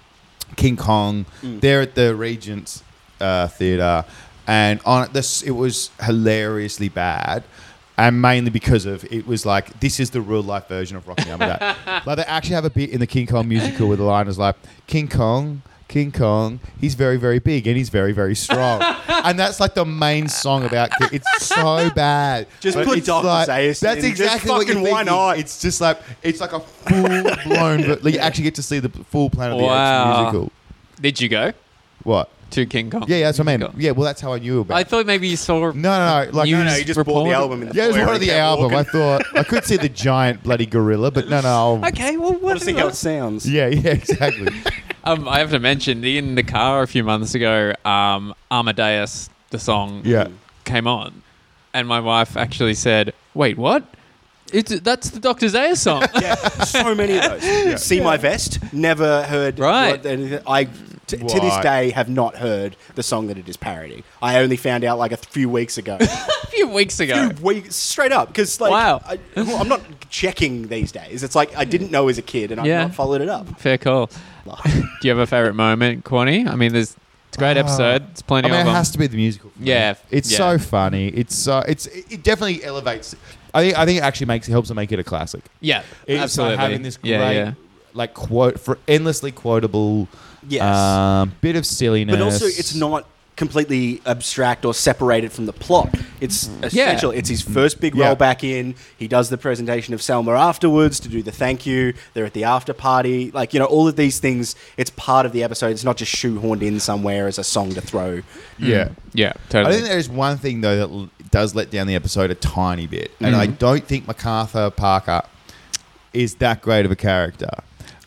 Speaker 3: King Kong there at the Regent's uh, Theatre, and on it- this it was hilariously bad. And mainly because of it was like this is the real life version of Rocky Number That. like they actually have a bit in the King Kong musical where the line is like King Kong, King Kong, he's very very big and he's very very strong, and that's like the main song about. It's so bad.
Speaker 2: Just
Speaker 3: But
Speaker 2: put
Speaker 3: it's
Speaker 2: Dr.
Speaker 3: like-
Speaker 2: Zaius in,
Speaker 3: That's
Speaker 2: just
Speaker 3: exactly what you're
Speaker 2: fucking why
Speaker 3: thinking.
Speaker 2: not?
Speaker 3: It's just like it's like a full blown. like you actually get to see the full Planet
Speaker 1: Wow.
Speaker 3: of the Apes musical.
Speaker 1: Did you go
Speaker 3: What?
Speaker 1: to King Kong?
Speaker 3: Yeah, yeah, that's what I mean.
Speaker 1: King Kong.
Speaker 3: Yeah, well, that's how I knew about.
Speaker 1: I
Speaker 3: it.
Speaker 1: thought maybe you saw.
Speaker 3: no, no, no. Like,
Speaker 1: You
Speaker 3: no, no,
Speaker 1: just
Speaker 2: No, you just bought the
Speaker 1: reported-
Speaker 2: album. In the
Speaker 3: yeah, it was
Speaker 2: foyer
Speaker 3: part of
Speaker 2: and
Speaker 3: the
Speaker 2: kept
Speaker 3: album.
Speaker 2: walking.
Speaker 3: I thought I could see the giant bloody gorilla, but no, no. I'll-
Speaker 1: Okay, well,
Speaker 2: I
Speaker 1: what
Speaker 2: want to see how it
Speaker 1: is
Speaker 2: sounds.
Speaker 3: Yeah, yeah, exactly.
Speaker 1: um, I have to mention in the car a few months ago, um, Amadeus, the song,
Speaker 3: Yeah.
Speaker 1: came on, and my wife actually said, "Wait, what? It's that's the Doctor Zayas song."
Speaker 2: Yeah, so many of those. See my vest. Never heard.
Speaker 1: Right.
Speaker 2: what- anything- I t- to this
Speaker 3: Right.
Speaker 2: day have not heard the song that it is parodying. I only found out like a few weeks ago.
Speaker 1: a few weeks ago.
Speaker 2: Dude, we straight up because like
Speaker 1: Wow.
Speaker 2: I, well, I'm not checking these days. It's like I didn't know as a kid, and
Speaker 1: Yeah.
Speaker 2: I've not followed it up.
Speaker 1: Fair call. Do you have a favorite moment, Corny? I mean, there's it's a great episode. It's
Speaker 3: Ah. I
Speaker 1: plenty
Speaker 3: mean,
Speaker 1: of
Speaker 3: it
Speaker 1: them.
Speaker 3: has to be the musical. for me.
Speaker 1: Yeah,
Speaker 3: it's
Speaker 1: yeah.
Speaker 3: so funny. It's so it's it definitely elevates. I think I think it actually makes it helps to make it a classic.
Speaker 1: yeah,
Speaker 3: It's
Speaker 1: absolutely.
Speaker 3: Like having this great,
Speaker 1: yeah, yeah.
Speaker 3: like quote for endlessly quotable,
Speaker 2: Yes.
Speaker 1: Uh,
Speaker 3: um, bit of silliness.
Speaker 2: But also, it's not completely abstract or separated from the plot. It's essential. It's his first big
Speaker 3: Mm-hmm. Yeah.
Speaker 2: roll back in. He does the presentation of Selma afterwards to do the thank you. They're at the after party. Like, you know, all of these things, it's part of the episode. It's not just shoehorned in somewhere as a song to throw.
Speaker 3: Yeah.
Speaker 1: Yeah,
Speaker 3: I
Speaker 1: totally.
Speaker 3: think there is one thing though that l- does let down the episode a tiny bit,
Speaker 1: Mm.
Speaker 3: and I don't think Macarthur Parker is that great of a character.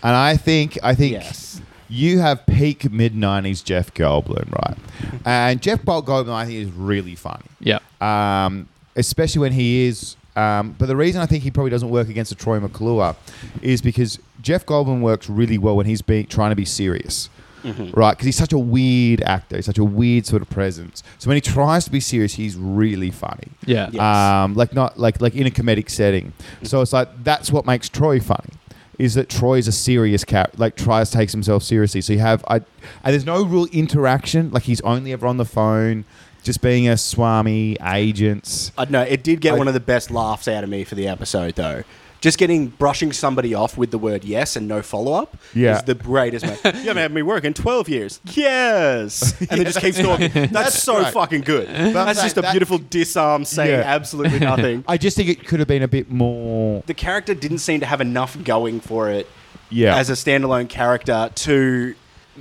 Speaker 3: And I think I think
Speaker 2: Yes.
Speaker 3: you have peak mid '90s Jeff Goldblum, right? and Jeff Goldblum, I think, is really funny.
Speaker 1: yeah.
Speaker 3: um, especially when he is. Um, but the reason I think he probably doesn't work against a Troy McClure is because Jeff Goldblum works really well when he's being, trying to be serious, right? Because he's such a weird actor, he's such a weird sort of presence. So when he tries to be serious, he's really funny.
Speaker 1: Yeah.
Speaker 2: Yeah.
Speaker 3: Um, like not like like in a comedic setting. So it's like that's what makes Troy funny. Is that Troy's a serious cat? Like tries takes himself seriously. So you have I, and there's no real interaction. Like he's only ever on the phone, just being a swami agents.
Speaker 2: I don't know. Uh, It did get
Speaker 3: I-
Speaker 2: one of the best laughs out of me for the episode, though. Just getting brushing somebody off with the word yes and no follow up
Speaker 3: Yeah.
Speaker 2: is the greatest. Man. you haven't had me work in twelve years. Yes, and then just keeps talking. That's, so
Speaker 3: right.
Speaker 2: fucking good. That's
Speaker 3: saying
Speaker 2: just a
Speaker 3: that-
Speaker 2: beautiful disarm saying
Speaker 3: Yeah.
Speaker 2: absolutely nothing.
Speaker 3: I just think it could have been a bit more.
Speaker 2: the character didn't seem to have enough going for it
Speaker 3: Yeah.
Speaker 2: as a standalone character to,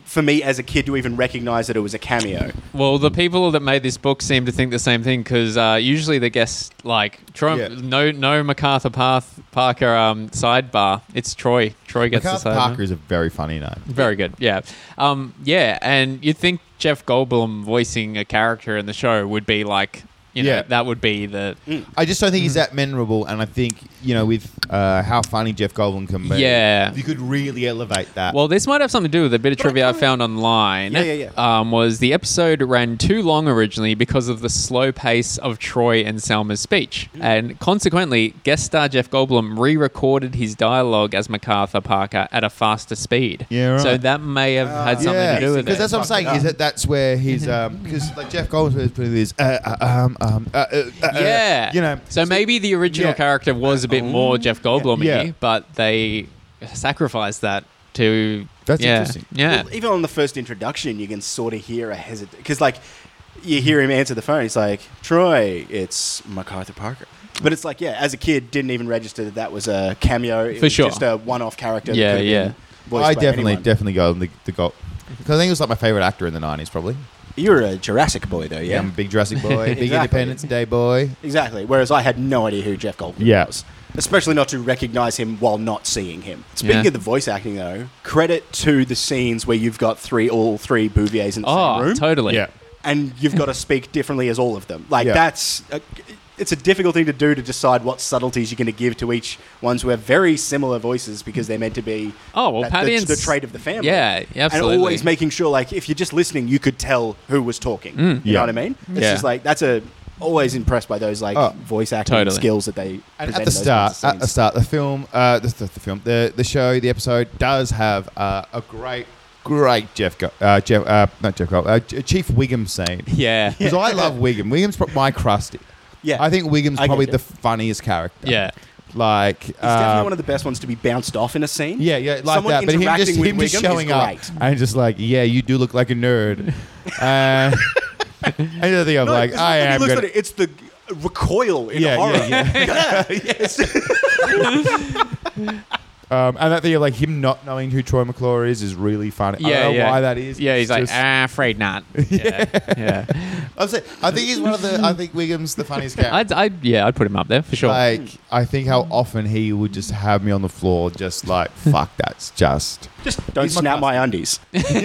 Speaker 2: for me as a kid, to even recognize that it was a cameo.
Speaker 1: Well, the people that made this book seem to think the same thing because uh, usually the guests like Troy.
Speaker 3: Yeah.
Speaker 1: No, no Macarthur Path Parker um, sidebar. It's Troy. Troy gets
Speaker 3: Macarthur
Speaker 1: the sidebar.
Speaker 3: Parker is a very funny name.
Speaker 1: Very good. Yeah. Um, yeah. And you'd think Jeff Goldblum voicing a character in the show would be like, you know,
Speaker 3: Yeah.
Speaker 1: that would be the.
Speaker 2: Mm.
Speaker 3: I just don't think he's that memorable, and I think you know with uh, how funny Jeff Goldblum can be,
Speaker 1: Yeah.
Speaker 3: you could really elevate that.
Speaker 1: Well, this might have something to do with a bit of trivia I found online.
Speaker 2: Yeah, yeah, yeah.
Speaker 1: Um, was the episode ran too long originally because of the slow pace of Troy and Selma's speech,
Speaker 2: Mm.
Speaker 1: and consequently, guest star Jeff Goldblum re-recorded his dialogue as Macarthur Parker at a faster speed.
Speaker 3: Yeah, right.
Speaker 1: So that may have
Speaker 2: Ah.
Speaker 1: had something to do with
Speaker 3: because
Speaker 1: it. Mm-hmm.
Speaker 3: that's what I'm
Speaker 2: Fucked
Speaker 3: saying
Speaker 2: it up.
Speaker 3: is that that's where his um because like Jeff Goldblum is putting this uh, uh, um um uh, uh, uh, uh,
Speaker 1: yeah.
Speaker 3: you know
Speaker 1: So maybe the original
Speaker 3: yeah. Oh,
Speaker 1: character was a bit more Jeff Goldblum
Speaker 3: Yeah.
Speaker 1: but they sacrificed that to.
Speaker 3: That's
Speaker 1: yeah,
Speaker 3: interesting.
Speaker 1: Yeah.
Speaker 2: Well, even on the first introduction, you can sort of hear a hesitant because, like, you hear him answer the phone. He's like, "Troy, it's MacArthur Parker." But it's like, yeah, as a kid, didn't even register that that was a cameo. It
Speaker 1: For
Speaker 2: was
Speaker 1: sure.
Speaker 2: just a one-off character. that
Speaker 1: Yeah,
Speaker 2: could've
Speaker 1: yeah.
Speaker 2: been voiced
Speaker 3: I
Speaker 2: by
Speaker 3: definitely,
Speaker 2: anyone.
Speaker 3: definitely go on the, the goal.
Speaker 1: Mm-hmm.
Speaker 3: Because I think it was like my favorite actor in the 90s, probably.
Speaker 2: You were a Jurassic boy, though, yeah?
Speaker 3: I'm a big Jurassic boy, big
Speaker 2: Exactly.
Speaker 3: Independence Day boy.
Speaker 2: Exactly. Whereas I had no idea who Jeff Goldblum
Speaker 3: Yeah.
Speaker 2: was, especially not to recognize him while not seeing him. Speaking
Speaker 1: Yeah.
Speaker 2: of the voice acting, though, credit to the scenes where you've got three, all three Bouviers in the
Speaker 1: Oh,
Speaker 2: same room,
Speaker 1: totally.
Speaker 3: Yeah.
Speaker 2: and you've got to speak differently as all of them. Like
Speaker 3: Yeah.
Speaker 2: that's. A, it's a difficult thing to do to decide what subtleties you're going to give to each ones who have very similar voices because they're meant to be
Speaker 1: Oh, well,
Speaker 2: that-
Speaker 1: Patty
Speaker 2: the,
Speaker 1: and
Speaker 2: the
Speaker 1: s-
Speaker 2: trait of the family.
Speaker 1: Yeah, absolutely.
Speaker 2: And always making sure, like, if you're just listening, you could tell who was talking. you
Speaker 3: Yeah.
Speaker 2: know what I mean? It's
Speaker 1: Mm. Yeah.
Speaker 2: just like that's a always impressed by those like
Speaker 3: Oh,
Speaker 2: voice acting
Speaker 1: totally.
Speaker 2: skills that they
Speaker 3: And
Speaker 2: present
Speaker 3: at
Speaker 2: in
Speaker 3: the
Speaker 2: those
Speaker 3: start,
Speaker 2: kinds
Speaker 3: at
Speaker 2: of
Speaker 3: the
Speaker 2: scenes.
Speaker 3: start, the film, uh, the, the, the film, the the show, the episode does have uh, a great, great Jeff, Go- uh, Jeff, uh, not Jeff, Go- uh, Ch- Chief Wiggum scene.
Speaker 1: Yeah.
Speaker 3: Because I love Wiggum. Wiggum's pro- my crusty.
Speaker 2: Yeah.
Speaker 3: I think Wiggum's
Speaker 2: I get
Speaker 3: probably
Speaker 2: you.
Speaker 3: the funniest character.
Speaker 1: Yeah.
Speaker 3: Like,
Speaker 2: He's definitely
Speaker 3: um,
Speaker 2: one of the best ones to be bounced off in a scene.
Speaker 3: yeah, yeah, like
Speaker 2: Someone
Speaker 3: that. But him just,
Speaker 2: interacting with
Speaker 3: him just
Speaker 2: Wiggum is
Speaker 3: showing up
Speaker 2: great.
Speaker 3: and just like, yeah, you do look like a nerd. Uh, another thing I'm
Speaker 2: No,
Speaker 3: like,
Speaker 2: it's not
Speaker 3: I
Speaker 2: that he
Speaker 3: am
Speaker 2: looks
Speaker 3: gonna.
Speaker 2: at it, It's the recoil in
Speaker 3: Yeah,
Speaker 2: horror.
Speaker 3: yeah, Um, and that thing of like him not knowing who Troy McClure is is really funny. I
Speaker 1: Yeah,
Speaker 3: don't know
Speaker 1: yeah.
Speaker 3: why that is.
Speaker 1: Yeah, he's
Speaker 3: It's
Speaker 1: like,
Speaker 3: just-
Speaker 1: ah, afraid not. Yeah, yeah.
Speaker 3: I'm saying, I think he's one of the. I think Wiggum's the funniest character.
Speaker 1: I'd, I'd, yeah, I'd put him up there for sure.
Speaker 3: Like, I think how often he would just have me on the floor, just like, fuck, that's just.
Speaker 2: Just don't
Speaker 3: He's my
Speaker 2: snap my undies.
Speaker 1: yeah,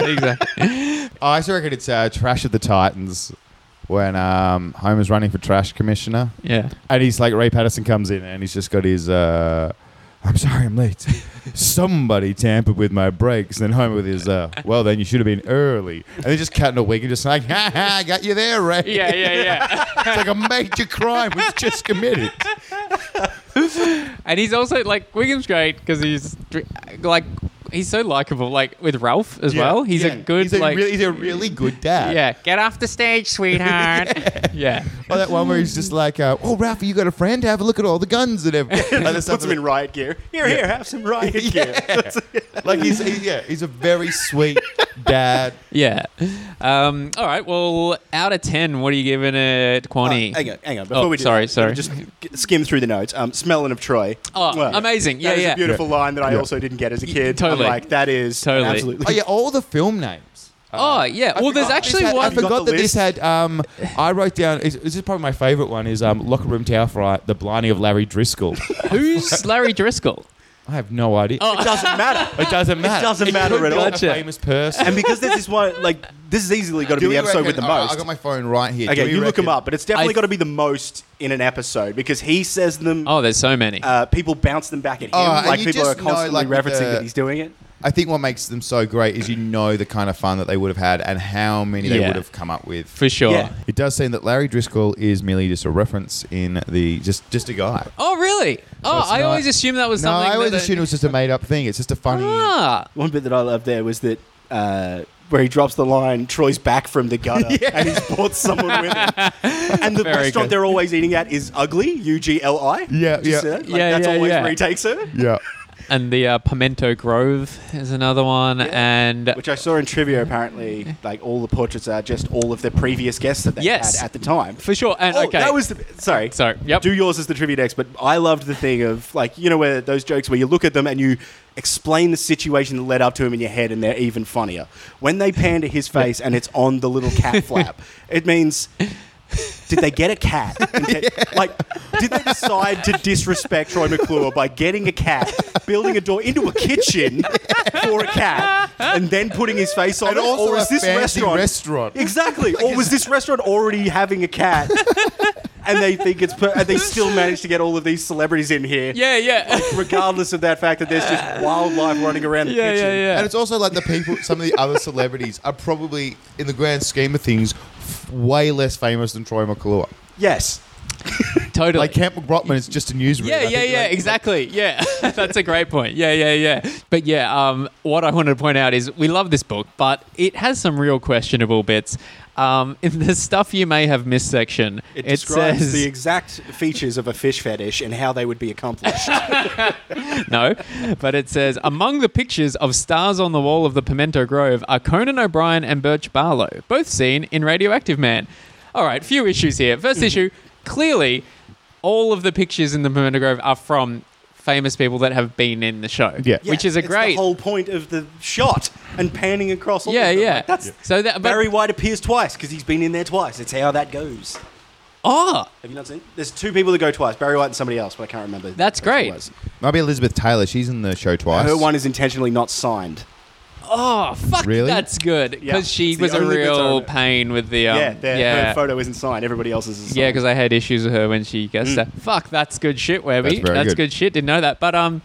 Speaker 1: exactly.
Speaker 3: I also reckon it's uh, Trash of the Titans when um, Homer's running for Trash Commissioner.
Speaker 1: Yeah.
Speaker 3: And he's like, Ray Patterson comes in and he's just got his, uh, I'm sorry, I'm late. Somebody tampered with my brakes. And then Homer with his, uh, well, then you should have been early. And they're just cutting a wig and just like, ha ha, I got you there, Ray.
Speaker 1: Yeah, yeah, yeah.
Speaker 3: It's like a major crime was just committed.
Speaker 1: and he's also like Wiggum's great because he's dr- like he's so likable. Like with Ralph as well. He's
Speaker 3: Yeah.
Speaker 1: a good
Speaker 3: he's a
Speaker 1: like.
Speaker 3: really, he's a really good dad.
Speaker 1: yeah, get off the stage, sweetheart. yeah.
Speaker 3: Or Oh, that one where he's just like, uh, oh, Ralphie, you got a friend? Have a look at all the guns and everything. Like, there's
Speaker 2: Puts him
Speaker 3: something-
Speaker 2: in riot gear. Here, here, have some riot gear.
Speaker 3: yeah. like he's he, yeah, he's a very sweet dad.
Speaker 1: yeah, Um, all right. Well, out of ten, what are you giving it, Quani?
Speaker 2: Uh, hang on, hang on. Before
Speaker 1: Oh,
Speaker 2: we do
Speaker 1: sorry,
Speaker 2: that,
Speaker 1: sorry.
Speaker 2: Just g- skim through the notes. Um, smelling of Troy.
Speaker 1: Oh, amazing. Yeah,
Speaker 2: that is
Speaker 1: yeah.
Speaker 2: a beautiful line that I
Speaker 3: Yeah.
Speaker 2: also didn't get as a
Speaker 1: Y-
Speaker 2: kid.
Speaker 1: totally.
Speaker 2: I'm like that is
Speaker 1: Totally.
Speaker 2: absolutely.
Speaker 3: Oh yeah, all the film names.
Speaker 1: Oh yeah.
Speaker 3: I
Speaker 1: Well, there's
Speaker 3: forgot
Speaker 1: actually
Speaker 3: this had-
Speaker 1: one.
Speaker 3: I
Speaker 2: Have you
Speaker 3: forgot
Speaker 2: got the
Speaker 3: that this
Speaker 2: list?
Speaker 3: had. Um,
Speaker 4: I wrote down. Is, this is probably my favorite one. Is um, locker room tower fight, the blinding of Larry Driscoll.
Speaker 1: Who's Larry Driscoll?
Speaker 4: I have no idea.
Speaker 3: Oh.
Speaker 2: It doesn't matter.
Speaker 4: It doesn't matter.
Speaker 2: doesn't
Speaker 4: It
Speaker 2: matter
Speaker 4: could
Speaker 2: at
Speaker 4: be
Speaker 2: all.
Speaker 4: A famous person.
Speaker 2: and because this is one, like this is easily got to be the episode with the most.
Speaker 3: I got my phone right here.
Speaker 2: Okay, you look him up, but it's
Speaker 1: I-
Speaker 2: definitely got to be the most in an episode because he says them.
Speaker 1: Oh, there's so many.
Speaker 2: Uh, people bounce them back at him.
Speaker 3: Oh, and
Speaker 2: like
Speaker 3: you
Speaker 2: people are
Speaker 3: just know,
Speaker 2: constantly
Speaker 3: like, with
Speaker 2: referencing
Speaker 3: the-
Speaker 2: that he's doing it.
Speaker 3: I think what makes them so great is you know the kind of fun that they would have had and how many they
Speaker 1: Yeah.
Speaker 3: would have come up with.
Speaker 1: for sure.
Speaker 2: yeah.
Speaker 3: It does seem that Larry Driscoll is merely just a reference in the just just a guy.
Speaker 1: Oh really? oh,
Speaker 3: it's
Speaker 1: I
Speaker 3: not-
Speaker 1: always assumed that was
Speaker 3: No,
Speaker 1: something.
Speaker 3: I always
Speaker 1: that
Speaker 3: assumed it was just a made up thing. It's just a funny.
Speaker 1: Ah.
Speaker 2: One bit that I loved there was that uh, where he drops the line, Troy's back from the gutter, and he's brought someone with him. And the
Speaker 1: Very
Speaker 2: restaurant
Speaker 1: good.
Speaker 2: they're always eating at is Ugly, U G L I.
Speaker 3: Yeah,
Speaker 2: Did you
Speaker 3: yeah.
Speaker 2: see that? Like,
Speaker 1: Yeah,
Speaker 2: That's
Speaker 1: yeah,
Speaker 2: always
Speaker 1: yeah.
Speaker 2: where he takes her.
Speaker 3: Yeah.
Speaker 1: And the uh, Pimento Grove is another one. And
Speaker 2: Which I saw in trivia, apparently, like all the portraits are just all of the previous guests that they
Speaker 1: Yes.
Speaker 2: had at the time.
Speaker 1: for sure. And
Speaker 2: Oh,
Speaker 1: okay.
Speaker 2: that was the, sorry.
Speaker 1: Sorry. Yep.
Speaker 2: Do yours as the trivia next, but I loved the thing of like you know where those jokes where you look at them and you explain the situation that led up to him in your head, and they're even funnier when they pan to his face and it's on the little cat flap. It means. Did they get a cat? And they- Like, did they decide to disrespect Troy McClure by getting a cat, building a door into a kitchen for a cat, and then putting his face on
Speaker 3: And
Speaker 2: it?
Speaker 3: also
Speaker 2: or
Speaker 3: a
Speaker 2: is this
Speaker 3: fancy
Speaker 2: restaurant,
Speaker 3: restaurant.
Speaker 2: Exactly. Or was this restaurant already having a cat? and they think it's per- and they still manage to get all of these celebrities in here.
Speaker 1: yeah, yeah.
Speaker 2: Regardless of that fact that there's just wildlife running around the
Speaker 1: Yeah,
Speaker 2: kitchen.
Speaker 1: yeah, yeah.
Speaker 3: And it's also like the people, some of the other celebrities are probably, in the grand scheme of things, f- way less famous than Troy McClure.
Speaker 2: Yes.
Speaker 1: totally.
Speaker 3: Like Camp Brockman is just a newsroom.
Speaker 1: yeah,
Speaker 3: I
Speaker 1: yeah,
Speaker 3: think,
Speaker 1: yeah,
Speaker 3: like-
Speaker 1: exactly. Yeah, that's a great point. Yeah, yeah, yeah. But yeah, um, what I wanted to point out is we love this book, but it has some real questionable bits. Um, in the stuff you may have missed section,
Speaker 2: It,
Speaker 1: it,
Speaker 2: describes
Speaker 1: says
Speaker 2: the exact features of a fish fetish and how they would be accomplished.
Speaker 1: no, but it says among the pictures of stars on the wall of the Pimento Grove are Conan O'Brien and Birch Barlow, both seen in Radioactive Man. All right, few issues here. First issue, clearly, all of the pictures in the Pimento Grove are from famous people that have been in the show.
Speaker 4: Yeah.
Speaker 2: Yeah,
Speaker 1: which is a
Speaker 2: it's
Speaker 1: great.
Speaker 2: the whole point of the shot and panning across. All
Speaker 1: yeah,
Speaker 2: of them.
Speaker 1: yeah.
Speaker 2: Like, that's
Speaker 1: so that but,
Speaker 2: Barry White appears twice because he's been in there twice. It's how that goes.
Speaker 1: Oh,
Speaker 2: Have you not seen? There's two people that go twice: Barry White and somebody else, but I can't remember.
Speaker 1: That's
Speaker 2: who it
Speaker 1: great.
Speaker 2: was.
Speaker 3: Might be Elizabeth Taylor. She's in the show twice.
Speaker 2: Her one is intentionally not signed.
Speaker 1: oh, fuck.
Speaker 3: Really?
Speaker 1: That's good because
Speaker 2: Yeah.
Speaker 1: she
Speaker 2: It's the
Speaker 1: was a
Speaker 2: only bit that's
Speaker 1: real
Speaker 2: on it.
Speaker 1: pain with the um,
Speaker 2: yeah,
Speaker 1: yeah,
Speaker 2: their, her photo isn't signed. Everybody else's is. Signed.
Speaker 1: Yeah, because I had issues with her when she guessed
Speaker 2: Mm.
Speaker 1: that. Fuck, that's good shit, Webby.
Speaker 3: That's very
Speaker 1: good.
Speaker 3: good.
Speaker 1: shit. Didn't know that, but um,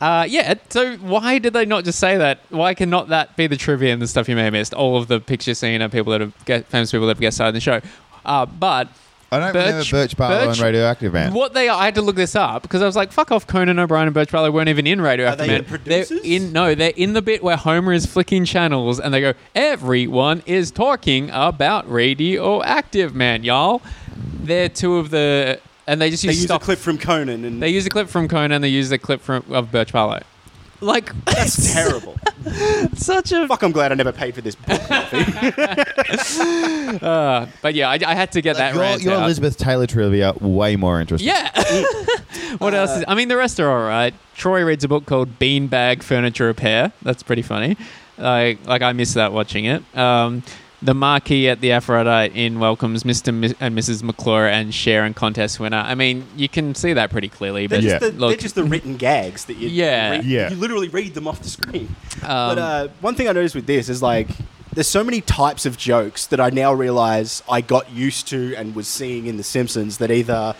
Speaker 1: uh, yeah. So why did they not just say that? Why cannot that be the trivia and the stuff you may have missed? All of the picture scene of people that have gu- famous people that have guest starred in the show. Uh, but
Speaker 3: I don't remember Birch Barlow
Speaker 1: Birch-
Speaker 3: and Radioactive Man.
Speaker 1: What they are, I had to look this up because I was like, "Fuck off, Conan O'Brien and Birch Barlow weren't even in Radioactive
Speaker 2: Are they
Speaker 1: Man."
Speaker 2: the
Speaker 1: They're
Speaker 2: producers?
Speaker 1: in no, they're in the bit where Homer is flicking channels and they go, "Everyone is talking about Radioactive Man, y'all." They're two of the, and they just
Speaker 2: they
Speaker 1: use
Speaker 2: use
Speaker 1: stop.
Speaker 2: a clip from Conan, and
Speaker 1: They use a clip from Conan. They use a clip from of Birch Barlow. Like
Speaker 2: that's terrible.
Speaker 1: such a.
Speaker 2: Fuck! I'm glad I never paid for this book.
Speaker 1: Uh, but yeah, I, I had to get that
Speaker 3: your,
Speaker 1: rant
Speaker 3: your
Speaker 1: out.
Speaker 3: Elizabeth Taylor trivia way more interesting.
Speaker 1: Yeah. what else
Speaker 2: Uh,
Speaker 1: is? I mean, the rest are all right. Troy reads a book called Beanbag Furniture Repair. That's pretty funny. Like, like I missed that watching it. Um, the Marquis at the Aphrodite Inn welcomes Mr. Mi- and Mrs. McClure and Sharon contest winner. I mean, you can see that pretty clearly.
Speaker 2: They're,
Speaker 1: But
Speaker 3: Yeah.
Speaker 2: just the, they're
Speaker 1: look,
Speaker 2: just the written gags that you
Speaker 1: Yeah.
Speaker 2: read-
Speaker 3: Yeah.
Speaker 2: you literally read them off the screen.
Speaker 1: um,
Speaker 2: but uh, one thing I noticed with this is like there's so many types of jokes that I now realize I got used to and was seeing in The Simpsons that either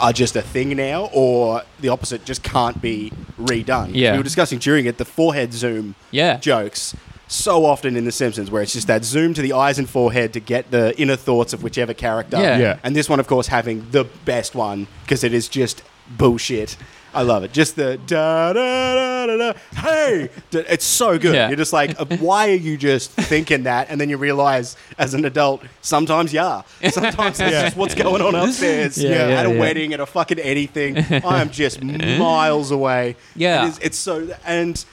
Speaker 2: are just a thing now or the opposite just can't be redone.
Speaker 1: Yeah.
Speaker 2: We were discussing during it the forehead zoom
Speaker 1: Yeah.
Speaker 2: jokes so often in The Simpsons where it's just that zoom to the eyes and forehead to get the inner thoughts of whichever character.
Speaker 1: Yeah.
Speaker 4: Yeah.
Speaker 2: And this one, of course, having the best one because it is just bullshit. I love it. Just the da da da da da. Hey, Da- it's so good.
Speaker 1: Yeah.
Speaker 2: You're just like, uh, why are you just thinking that? And then you realize, as an adult, sometimes yeah, sometimes that's just what's going on upstairs.
Speaker 1: Yeah, yeah,
Speaker 2: at a
Speaker 1: yeah.
Speaker 2: wedding, at a fucking anything. I am just miles away.
Speaker 1: Yeah.
Speaker 2: it is, it's so and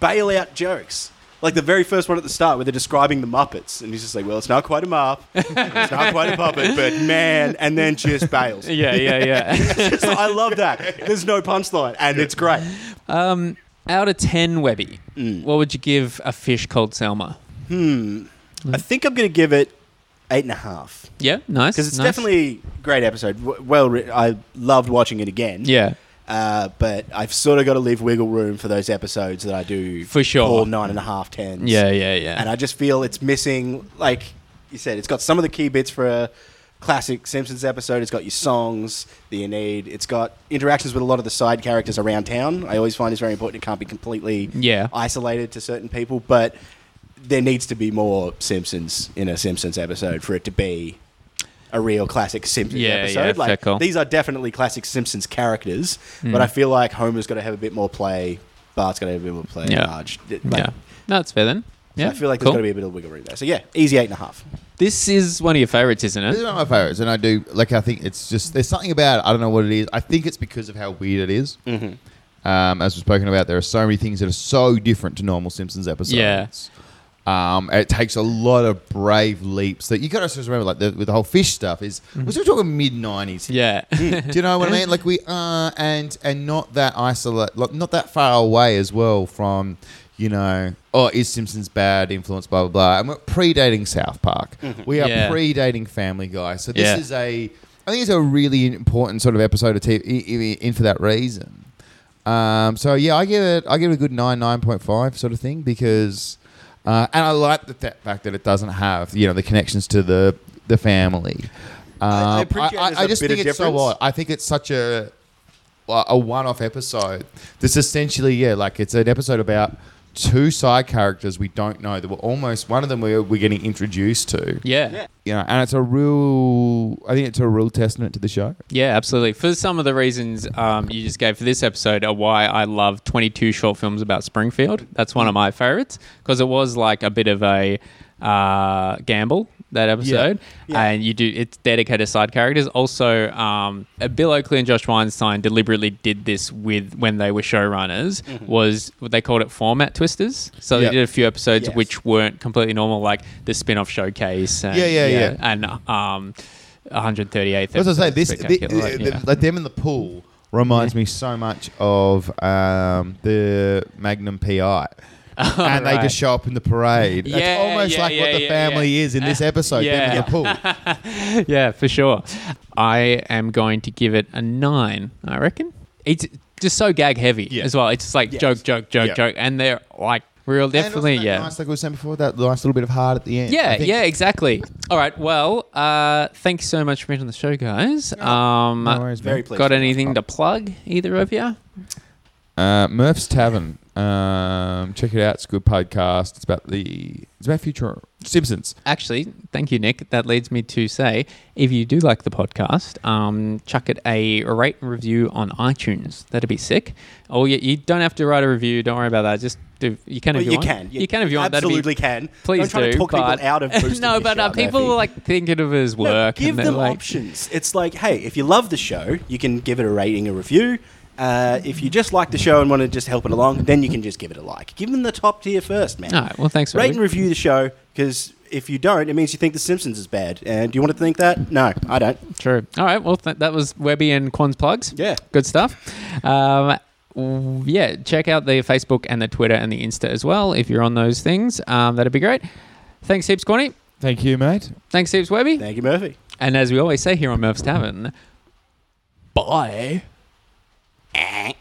Speaker 2: bailout jokes. Like the very first one at the start where they're describing the Muppets, and he's just like, "Well, it's not quite a mop, it's not quite a puppet, but man," and then just bails.
Speaker 1: yeah, yeah, yeah.
Speaker 2: Just- I love that. There's no punchline, and it's great.
Speaker 1: Um, out of ten, Webby, what would you give a fish called Selma?
Speaker 2: Mm-hmm. I think I'm going to give it eight and a half
Speaker 1: Yeah, nice.
Speaker 2: because it's
Speaker 1: nice.
Speaker 2: definitely a great episode. W- Well, writ- I loved watching it again.
Speaker 1: yeah,
Speaker 2: Uh, but I've sort of got to leave wiggle room for those episodes that I do
Speaker 1: For sure.
Speaker 2: all nine and a half tens.
Speaker 1: yeah, yeah, yeah.
Speaker 2: and I just feel it's missing. Like you said, it's got some of the key bits for a classic Simpsons episode. It's got your songs that you need. It's got interactions with a lot of the side characters around town. I always find it's very important. It can't be completely
Speaker 1: Yeah.
Speaker 2: isolated to certain people, but there needs to be more Simpsons in a Simpsons episode for it to be. A real classic Simpsons
Speaker 1: Yeah, yeah,
Speaker 2: episode.
Speaker 1: fair
Speaker 2: like
Speaker 1: call. Hmm.
Speaker 2: these are definitely classic Simpsons characters, but I feel like Homer's got to have a bit more play. Bart's got to have a bit more play.
Speaker 1: Yeah.
Speaker 2: Marge, like,
Speaker 1: yeah, no, it's fair then.
Speaker 2: so
Speaker 1: Yeah,
Speaker 2: I feel like
Speaker 1: cool.
Speaker 2: there's got to be a bit of wiggle room there. So yeah, easy eight and a half.
Speaker 1: This is one of your favorites, isn't
Speaker 3: This is
Speaker 1: it?
Speaker 3: one of my favorites, and I do like. I think it's just there's something about it. I don't know what it is. I think it's because of how weird it is. Um, as we've spoken about, there are so many things that are so different to normal Simpsons episodes.
Speaker 1: Yeah.
Speaker 3: Um, it takes a lot of brave leaps that you got to just remember, like the, with the whole fish stuff is. We're still talking mid nineties.
Speaker 1: Mm-hmm. Yeah,
Speaker 3: Do you know what I mean? Like we are, and and not that isolate, like, not that far away as well from, you know, oh, is Simpsons bad influence? Blah blah blah. And we're predating South Park. We are
Speaker 1: Yeah.
Speaker 3: predating Family Guy. So this
Speaker 1: Yeah.
Speaker 3: is a, I think it's a really important sort of episode of TV, in for that reason. Um, so yeah, I give it, I give it a good nine, nine point five sort of thing because, uh, and I like the th- fact that it doesn't have you know the connections to the the family. Um,
Speaker 2: I appreciate there's a
Speaker 3: just
Speaker 2: bit
Speaker 3: think
Speaker 2: of
Speaker 3: it's so
Speaker 2: difference.
Speaker 3: odd. I think it's such a a one-off episode. This essentially, yeah, like it's an episode about two side characters we don't know that were almost one of them we're, we're getting introduced to.
Speaker 1: yeah,
Speaker 3: You know, and it's a real. I think it's a real testament to the show.
Speaker 1: yeah, absolutely. For some of the reasons um, you just gave for this episode are why I love 22 short films about Springfield. That's one of my favorites because it was like a bit of a uh, gamble that episode,
Speaker 2: Yeah.
Speaker 1: and you do it's dedicated to side characters. Also, um, uh, Bill Oakley and Josh Weinstein deliberately did this with when they were showrunners. Was they called it format twisters? So
Speaker 3: Mm-hmm. Yeah.
Speaker 1: they did a few episodes
Speaker 2: Yes.
Speaker 1: which weren't completely normal, like the spin-off showcase. And,
Speaker 3: Yeah, yeah, yeah.
Speaker 1: and um, 138th.
Speaker 3: As I say,
Speaker 1: episode.
Speaker 3: this, the,
Speaker 1: Spectacular,
Speaker 3: the-
Speaker 1: yeah.
Speaker 3: like them in the pool reminds me so much of um, the Magnum PI. and they
Speaker 1: right.
Speaker 3: just show up in the parade.
Speaker 1: Yeah,
Speaker 3: it's almost
Speaker 1: yeah,
Speaker 3: like what
Speaker 1: yeah,
Speaker 3: the
Speaker 1: yeah,
Speaker 3: family
Speaker 1: yeah.
Speaker 3: is in this episode. Them in
Speaker 1: Yeah.
Speaker 3: the pool.
Speaker 1: yeah, for sure. I am going to give it a nine, I reckon. It's just so gag heavy
Speaker 3: Yeah.
Speaker 1: as well. It's just like joke, joke, joke,
Speaker 3: Yeah.
Speaker 1: joke. And they're like real, definitely,
Speaker 3: And wasn't that
Speaker 1: yeah.
Speaker 3: Nice, like we were saying before, that nice little bit of heart at the end.
Speaker 1: Yeah,
Speaker 3: I think-
Speaker 1: yeah, exactly. All right, well, uh, thanks so much for being on the show, guys. Um,
Speaker 4: No worries,
Speaker 2: Very
Speaker 4: man.
Speaker 2: pleased.
Speaker 1: got anything to plug, either of you?
Speaker 4: Uh, Murph's Tavern. Um, check it out. It's a good podcast. It's about the. It's about future Simpsons.
Speaker 1: Actually, thank you, Nick. That leads me to say, if you do like the podcast, um, chuck it a rate and review on iTunes. That'd be sick. Oh, you, you don't have to write a review. Don't worry about that. Just do. You can
Speaker 2: Well,
Speaker 1: if you,
Speaker 2: you
Speaker 1: want.
Speaker 2: can.
Speaker 1: You, can if you want. That'd be-
Speaker 2: Absolutely can.
Speaker 1: Please
Speaker 2: Don't try
Speaker 1: do.
Speaker 2: to talk people
Speaker 1: but,
Speaker 2: out of boosting
Speaker 1: no,
Speaker 2: your
Speaker 1: but uh,
Speaker 2: shout,
Speaker 1: people
Speaker 2: Murphy.
Speaker 1: like thinking of it as
Speaker 2: No,
Speaker 1: work.
Speaker 2: give
Speaker 1: and they're
Speaker 2: them
Speaker 1: like,
Speaker 2: options. It's like, hey, if you love the show, you can give it a rating, a review. Uh, if you just like the show and want to just help it along, then you can just give it a like. Give them the top tier first, man.
Speaker 1: All right. Well, thanks.
Speaker 2: Rate
Speaker 1: Robbie.
Speaker 2: and review the show because if you don't, it means you think The Simpsons is bad. And do you want to think that? No, I don't.
Speaker 1: True. All right. Well, th- that was Webby and Quan's plugs.
Speaker 2: Yeah.
Speaker 1: Good stuff. Um, w- yeah. Check out the Facebook and the Twitter and the Insta as well if you're on those things. Um, that'd be great. Thanks, heaps, Quanny.
Speaker 4: Thank you, mate.
Speaker 1: Thanks, heaps, Webby.
Speaker 2: Thank you, Murphy.
Speaker 1: And as we always say here on Murph's Tavern, bye.
Speaker 2: Eh.